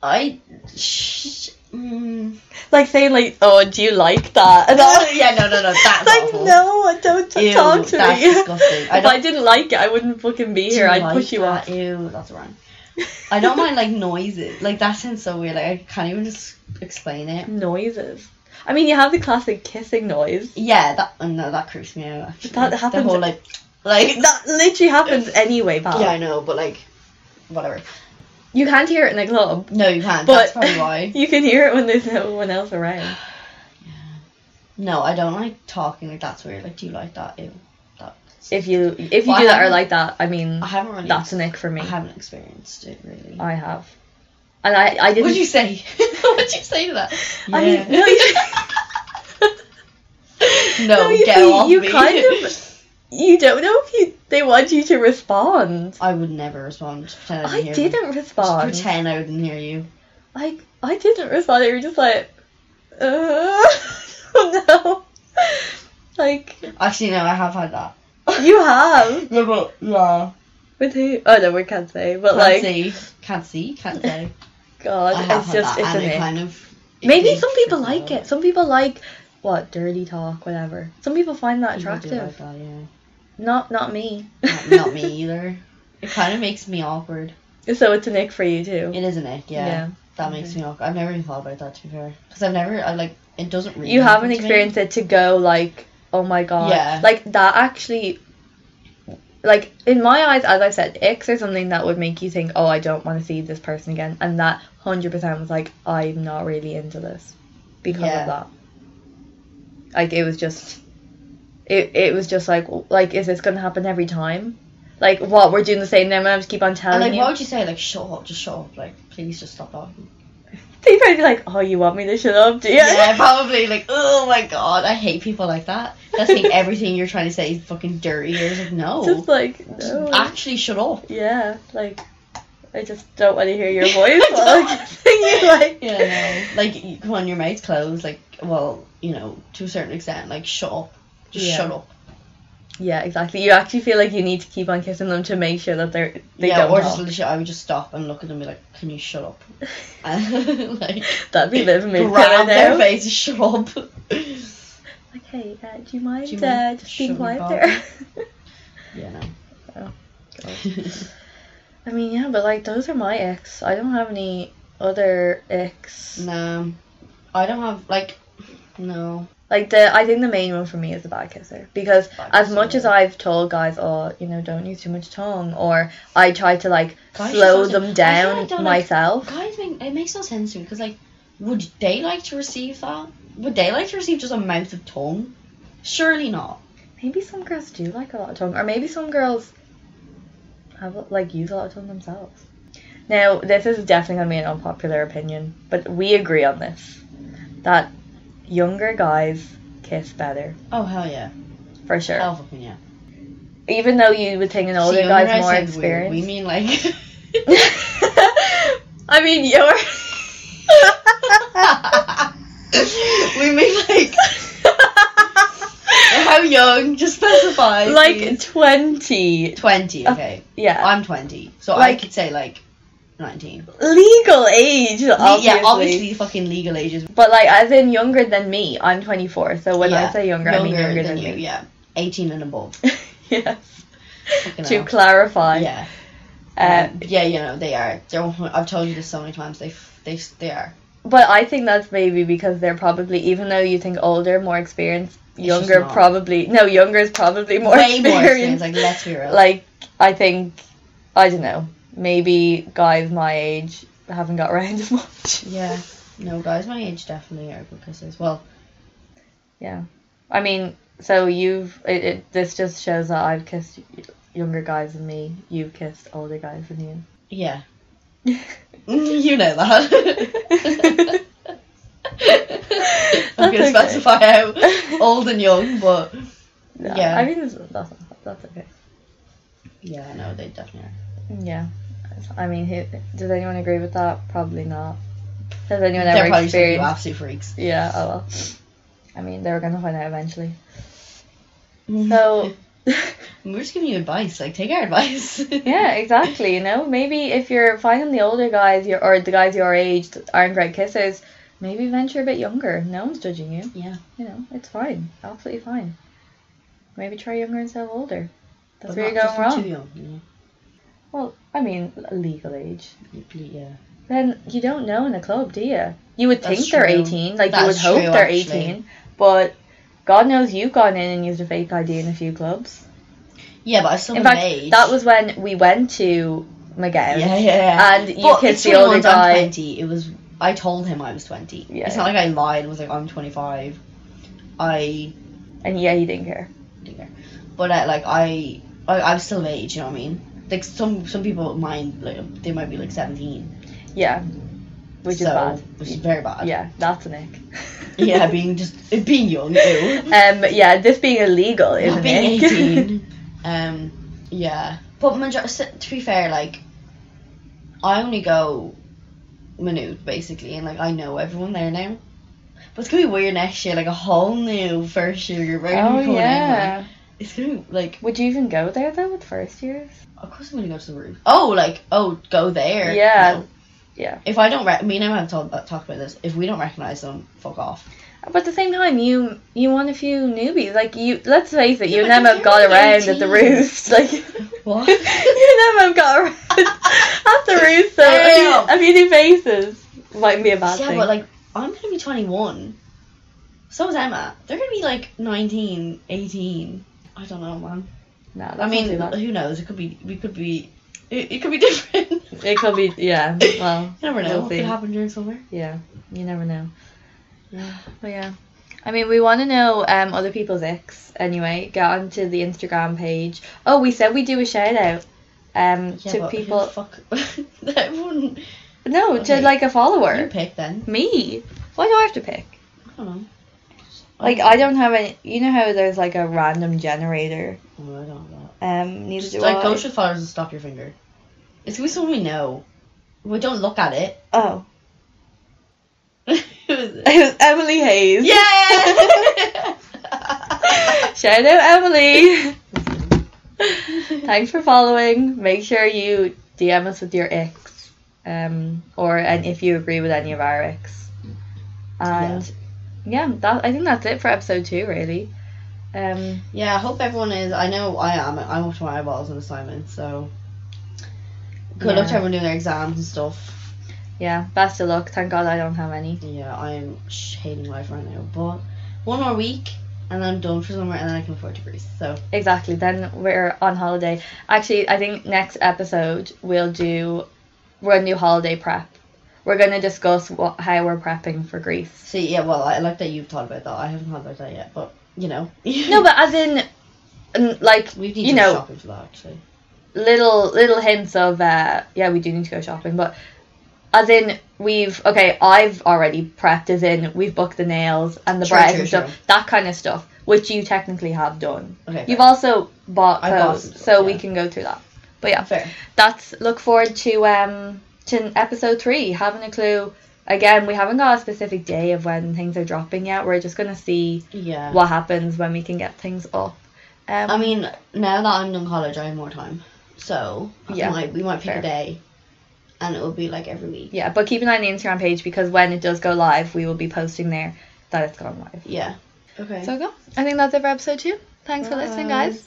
Speaker 4: I. Sh- mm,
Speaker 3: Like saying like, oh, do you like that? And
Speaker 4: no,
Speaker 3: I'm
Speaker 4: yeah, no, no, no. That's
Speaker 3: like,
Speaker 4: awful.
Speaker 3: no, don't t-
Speaker 4: Ew,
Speaker 3: talk to
Speaker 4: that's
Speaker 3: me.
Speaker 4: disgusting. I
Speaker 3: if I
Speaker 4: don't-
Speaker 3: didn't like it, I wouldn't fucking be
Speaker 4: Do
Speaker 3: here.
Speaker 4: you
Speaker 3: I'd
Speaker 4: like
Speaker 3: push you
Speaker 4: that?
Speaker 3: off.
Speaker 4: Ew, that's wrong. I don't mind like noises. Like that sounds so weird. Like I can't even just explain it.
Speaker 3: Noises. I mean, you have the classic kissing noise.
Speaker 4: Yeah, that oh, no, that creeps me out. Actually.
Speaker 3: That
Speaker 4: The
Speaker 3: happens-
Speaker 4: whole like, like
Speaker 3: That literally happens anyway, pal.
Speaker 4: Yeah, I know, but like, whatever.
Speaker 3: You can't hear it in a club.
Speaker 4: No, you can't.
Speaker 3: But
Speaker 4: That's probably why.
Speaker 3: you can hear it when there's no one else around.
Speaker 4: No, I don't like talking. Like that's weird. Like, do you like that? Ew. That.
Speaker 3: If you if you
Speaker 4: Well, I
Speaker 3: do that or
Speaker 4: haven't-
Speaker 3: like that, I mean,
Speaker 4: I haven't really.
Speaker 3: that's an ick for me.
Speaker 4: I haven't experienced it really.
Speaker 3: I have. And I I didn't.
Speaker 4: What'd you say? What'd you say to that?
Speaker 3: I mean, no, you,
Speaker 4: No,
Speaker 3: you
Speaker 4: get
Speaker 3: see,
Speaker 4: off
Speaker 3: you
Speaker 4: me.
Speaker 3: kind of you don't know if you they want you to respond.
Speaker 4: I would never respond. Just pretend I didn't
Speaker 3: I
Speaker 4: hear you.
Speaker 3: didn't
Speaker 4: Just
Speaker 3: respond.
Speaker 4: pretend I didn't hear you.
Speaker 3: Like I didn't respond. They were just like, uh, no. Like
Speaker 4: Actually, no, I have had that.
Speaker 3: you have
Speaker 4: No, but yeah.
Speaker 3: with who? Oh no, we can't say. But
Speaker 4: Can't
Speaker 3: like,
Speaker 4: see, can't see, can't say. I
Speaker 3: God,
Speaker 4: have
Speaker 3: it's
Speaker 4: had
Speaker 3: just
Speaker 4: that,
Speaker 3: it's
Speaker 4: and
Speaker 3: an
Speaker 4: it
Speaker 3: ick.
Speaker 4: kind of. it
Speaker 3: Maybe
Speaker 4: creeps
Speaker 3: some people
Speaker 4: me
Speaker 3: like
Speaker 4: out.
Speaker 3: it. Some people like what dirty talk, whatever. Some people find that
Speaker 4: People do like
Speaker 3: attractive.
Speaker 4: that, yeah.
Speaker 3: Not not me.
Speaker 4: not, not me either. It kind of makes me awkward.
Speaker 3: so it's a nick for you too.
Speaker 4: It is an ick, yeah.
Speaker 3: Yeah.
Speaker 4: That makes me awkward. I've never even thought about that to be fair, because I've never, I like, it doesn't really.
Speaker 3: you
Speaker 4: happen to
Speaker 3: haven't
Speaker 4: me.
Speaker 3: experienced it to go like, oh my god,
Speaker 4: Yeah.
Speaker 3: like that actually. Like in my eyes, as I said, icks are something that would make you think, "Oh, I don't want to see this person again," and that hundred percent was like, "I'm not really into this," because
Speaker 4: Yeah.
Speaker 3: of that. Like it was just, it it was just like, like is this gonna happen every time? Like what we're doing the same now? I just keep on
Speaker 4: And,
Speaker 3: telling
Speaker 4: like,
Speaker 3: you.
Speaker 4: why would you say like, shut up, just shut up, like, please just stop talking.
Speaker 3: They'd probably be like, "Oh, you want me to shut up, do you?"
Speaker 4: Yeah, probably like, oh my god, I hate people like that. That think everything you're trying to say is fucking dirty. It's like, no,
Speaker 3: just like
Speaker 4: Just
Speaker 3: no.
Speaker 4: actually shut up.
Speaker 3: Yeah, like I just don't want to hear your voice while I'm kissing you. Like,
Speaker 4: Yeah, I know. Like, you- come on, your mouth's closed. Like, well, you know, to a certain extent, like, shut up. Just
Speaker 3: Yeah.
Speaker 4: shut up.
Speaker 3: yeah, exactly. You actually feel like you need to keep on kissing them to make sure that they're they
Speaker 4: yeah,
Speaker 3: don't
Speaker 4: or
Speaker 3: talk.
Speaker 4: just literally, I would just stop and look at them and be like, can you shut up? And, like,
Speaker 3: That'd be a bit of a mood
Speaker 4: grab
Speaker 3: killer
Speaker 4: their
Speaker 3: now.
Speaker 4: face and shut up.
Speaker 3: like, hey, uh, do you mind,
Speaker 4: Do you
Speaker 3: uh,
Speaker 4: mind
Speaker 3: just
Speaker 4: shutting
Speaker 3: being quiet
Speaker 4: up?
Speaker 3: there?
Speaker 4: yeah, no.
Speaker 3: I mean, yeah, but like those are my ex. I don't have any other ex.
Speaker 4: no. I don't have, like, no.
Speaker 3: Like the, I think the main one for me is the bad kisser because
Speaker 4: Bad
Speaker 3: as
Speaker 4: kisser,
Speaker 3: much as
Speaker 4: yeah.
Speaker 3: I've told guys, oh, you know, don't use too much tongue, or I try to like
Speaker 4: Guys just don't
Speaker 3: slow
Speaker 4: do-
Speaker 3: them
Speaker 4: I feel
Speaker 3: down
Speaker 4: like they're, like,
Speaker 3: myself.
Speaker 4: Guys, make, it makes no sense to me because, like, would they like to receive that? Would they like to receive just a mouth of tongue? Surely not.
Speaker 3: Maybe some girls do like a lot of tongue, or maybe some girls have like use a lot of tongue themselves. Now, this is definitely gonna be an unpopular opinion, but we agree on this that younger guys kiss better
Speaker 4: Oh, hell yeah.
Speaker 3: for sure.
Speaker 4: Hell fucking yeah.
Speaker 3: Even though you would think an older
Speaker 4: Oh. See,
Speaker 3: guy's
Speaker 4: when I
Speaker 3: more
Speaker 4: said weird,
Speaker 3: experienced.
Speaker 4: We mean, like.
Speaker 3: I mean, you're.
Speaker 4: we mean, like. How young? Just specify.
Speaker 3: like
Speaker 4: please.
Speaker 3: 20.
Speaker 4: 20, okay.
Speaker 3: Uh, Yeah.
Speaker 4: I'm 20. So
Speaker 3: Like-
Speaker 4: I could say like 19.
Speaker 3: Legal age, obviously.
Speaker 4: Yeah, obviously fucking legal ages.
Speaker 3: But like, as in younger than me, I'm 24. So when I
Speaker 4: Yeah,
Speaker 3: say younger, I mean younger than,
Speaker 4: you,
Speaker 3: me.
Speaker 4: yeah. 18 and above.
Speaker 3: yes.
Speaker 4: Fucking
Speaker 3: To
Speaker 4: hell.
Speaker 3: clarify.
Speaker 4: Yeah.
Speaker 3: Uh,
Speaker 4: Um, yeah, you know, they are. They're, one hun- I've told you this so many times. They f- they s- they are.
Speaker 3: but I think that's maybe because they're probably, even though you think older, more experienced,
Speaker 4: just
Speaker 3: younger
Speaker 4: not.
Speaker 3: probably. No, younger is probably more
Speaker 4: Way more
Speaker 3: experienced.
Speaker 4: experienced. Like, let's be real.
Speaker 3: like I think I don't know. Maybe guys my age haven't got around as much.
Speaker 4: yeah. No, guys my age definitely are good kisses. Well,
Speaker 3: Yeah. I mean, so you've it, it, this just shows that I've kissed y- younger guys than me. You've kissed older guys than you.
Speaker 4: yeah. Mm, you know that. I'm
Speaker 3: That's
Speaker 4: going to
Speaker 3: okay.
Speaker 4: specify how old and young, but
Speaker 3: No,
Speaker 4: Yeah.
Speaker 3: I mean, it's- that's that's okay.
Speaker 4: yeah, no, they definitely are.
Speaker 3: Yeah. I mean, who, does anyone agree with that? Probably not. Has anyone
Speaker 4: They're
Speaker 3: ever
Speaker 4: probably just like, you
Speaker 3: experienced?
Speaker 4: absolute freaks.
Speaker 3: Yeah. Oh well. I mean, they were gonna find out eventually.
Speaker 4: Mm-hmm.
Speaker 3: So
Speaker 4: We're just giving you advice. Like, take our advice.
Speaker 3: yeah, exactly. You know, maybe if you're finding the older guys, your or the guys your age that aren't great kissers, maybe venture a bit younger. No one's judging you.
Speaker 4: Yeah.
Speaker 3: You know, it's fine, absolutely fine. Maybe try younger instead of older. That's
Speaker 4: but
Speaker 3: where
Speaker 4: not-
Speaker 3: you're
Speaker 4: just
Speaker 3: going
Speaker 4: not
Speaker 3: wrong.
Speaker 4: Too young. You know?
Speaker 3: Well, I mean, legal age.
Speaker 4: You ple- Yeah.
Speaker 3: Then you don't know in a club, do you? You would
Speaker 4: That's
Speaker 3: think they're
Speaker 4: true.
Speaker 3: 18, like
Speaker 4: That
Speaker 3: you would
Speaker 4: is
Speaker 3: hope
Speaker 4: true,
Speaker 3: they're
Speaker 4: actually.
Speaker 3: 18, but God knows you've gone in and used a fake ID in a few clubs.
Speaker 4: Yeah, but I still
Speaker 3: In fact,
Speaker 4: age.
Speaker 3: that was when we went to McGown.
Speaker 4: Yeah, yeah, yeah.
Speaker 3: And you
Speaker 4: But
Speaker 3: kissed
Speaker 4: between
Speaker 3: the older
Speaker 4: ones, I'm
Speaker 3: guy.
Speaker 4: 20. It was. I told him I was 20.
Speaker 3: Yeah,
Speaker 4: It's not like I lied and was like, I'm 25. I
Speaker 3: And yeah, he didn't care.
Speaker 4: didn't care. But I, like, I, I, I'm still of age. You know what I mean? Like some some people mind like they might be like 17.
Speaker 3: Yeah. Which
Speaker 4: so,
Speaker 3: is bad.
Speaker 4: Which is very bad.
Speaker 3: Yeah, that's an ick.
Speaker 4: Yeah, being just it being young. Ew.
Speaker 3: Um, yeah, this being illegal is an
Speaker 4: being
Speaker 3: ick.
Speaker 4: 18. um, yeah. But major- to be fair, like, I only go minute basically, and like I know everyone there now. But it's gonna be weird next year, like a whole new first year group. Right?
Speaker 3: oh, yeah.
Speaker 4: It's gonna be like,
Speaker 3: Would you even go there, though, with first years?
Speaker 4: of course I'm gonna go to the roof. Oh, like, oh, go there.
Speaker 3: Yeah.
Speaker 4: No.
Speaker 3: Yeah.
Speaker 4: If I don't, re- me and Emma have talked about, talked about this. If we don't recognize them, fuck off.
Speaker 3: But at the same time, you you want a few newbies. Like you, let's face it,
Speaker 4: Yeah,
Speaker 3: you
Speaker 4: but
Speaker 3: never
Speaker 4: you're
Speaker 3: got
Speaker 4: only
Speaker 3: around at the
Speaker 4: 18.
Speaker 3: roost. Like
Speaker 4: What?
Speaker 3: you never got around at the roost. So
Speaker 4: Damn.
Speaker 3: a few, a few new faces might be a bad
Speaker 4: yeah,
Speaker 3: thing.
Speaker 4: but like I'm gonna be 21. So is Emma. They're gonna be like 19, 18. I don't know, man.
Speaker 3: no, that's
Speaker 4: I mean,
Speaker 3: not too
Speaker 4: who knows? It could be. We could be. It, it could be different. you
Speaker 3: bad. it could be. Yeah. Well,
Speaker 4: never know.
Speaker 3: We'll
Speaker 4: It
Speaker 3: see.
Speaker 4: could happen during summer.
Speaker 3: yeah. You never know. But yeah. I mean, we want to know um, other people's icks anyway. Get onto the Instagram page. Oh, we said we do a shout out um,
Speaker 4: Yeah, but
Speaker 3: to
Speaker 4: who the
Speaker 3: people.
Speaker 4: Fuck. Everyone.
Speaker 3: No, to
Speaker 4: Okay.
Speaker 3: like a follower.
Speaker 4: You pick then.
Speaker 3: Me? Why do I have to pick?
Speaker 4: I don't know.
Speaker 3: Like I don't have any. You know how there's like a random generator.
Speaker 4: Oh, I don't know.
Speaker 3: Um, neither
Speaker 4: Just
Speaker 3: do
Speaker 4: like
Speaker 3: I.
Speaker 4: go to the flowers and stop your finger. It's gonna be someone we know. We don't look at it.
Speaker 3: oh,
Speaker 4: Who is it?
Speaker 3: it was Emily Hayes.
Speaker 4: yeah.
Speaker 3: Shout out Emily. Thanks for following. Make sure you DM us with your icks, um, or and if you agree with any of our icks. And yeah, that I think that's it for episode two, really. Um,
Speaker 4: Yeah, I hope everyone is. I know I am. I'm up to my eyeballs on assignment, so good luck to
Speaker 3: Yeah.
Speaker 4: everyone doing their exams and stuff.
Speaker 3: yeah, best of luck. Thank God I don't have any.
Speaker 4: Yeah, I'm sh- hating life right now, but one more week and then I'm done for summer, and then I can afford degrees. So
Speaker 3: Exactly. Then we're on holiday. Actually, I think next episode we'll do we're gonna do holiday prep. We're gonna discuss what, how we're prepping for Greece.
Speaker 4: see, yeah, well, I like that you've thought about that. I haven't thought about that yet, but you know,
Speaker 3: No, but as in, n- like
Speaker 4: we need
Speaker 3: you
Speaker 4: to
Speaker 3: know,
Speaker 4: go shopping for that actually.
Speaker 3: little little hints of uh, yeah, we do need to go shopping, but as in we've okay, I've already prepped. As in we've booked the nails and the
Speaker 4: Sure,
Speaker 3: bread
Speaker 4: sure,
Speaker 3: and
Speaker 4: sure.
Speaker 3: stuff, that kind of stuff, which you technically have done.
Speaker 4: Okay,
Speaker 3: You've
Speaker 4: fair.
Speaker 3: also bought
Speaker 4: I bought
Speaker 3: clothes,
Speaker 4: some stuff,
Speaker 3: so we
Speaker 4: yeah.
Speaker 3: can go through that. But yeah,
Speaker 4: Fair.
Speaker 3: that's look forward to um to episode three. Having a clue. Again, we haven't got a specific day of when things are dropping yet. We're just gonna see
Speaker 4: Yeah.
Speaker 3: what happens when we can get things up. Um,
Speaker 4: I mean, now that I'm done college, I have more time, so
Speaker 3: Yeah,
Speaker 4: yeah, might, we might pick
Speaker 3: fair.
Speaker 4: a day, and it will be like every week.
Speaker 3: yeah, but keep an eye on the Instagram page because when it does go live, we will be posting there that it's gone live.
Speaker 4: Yeah. Okay.
Speaker 3: So go. I think that's it for episode two. Thanks for listening, guys.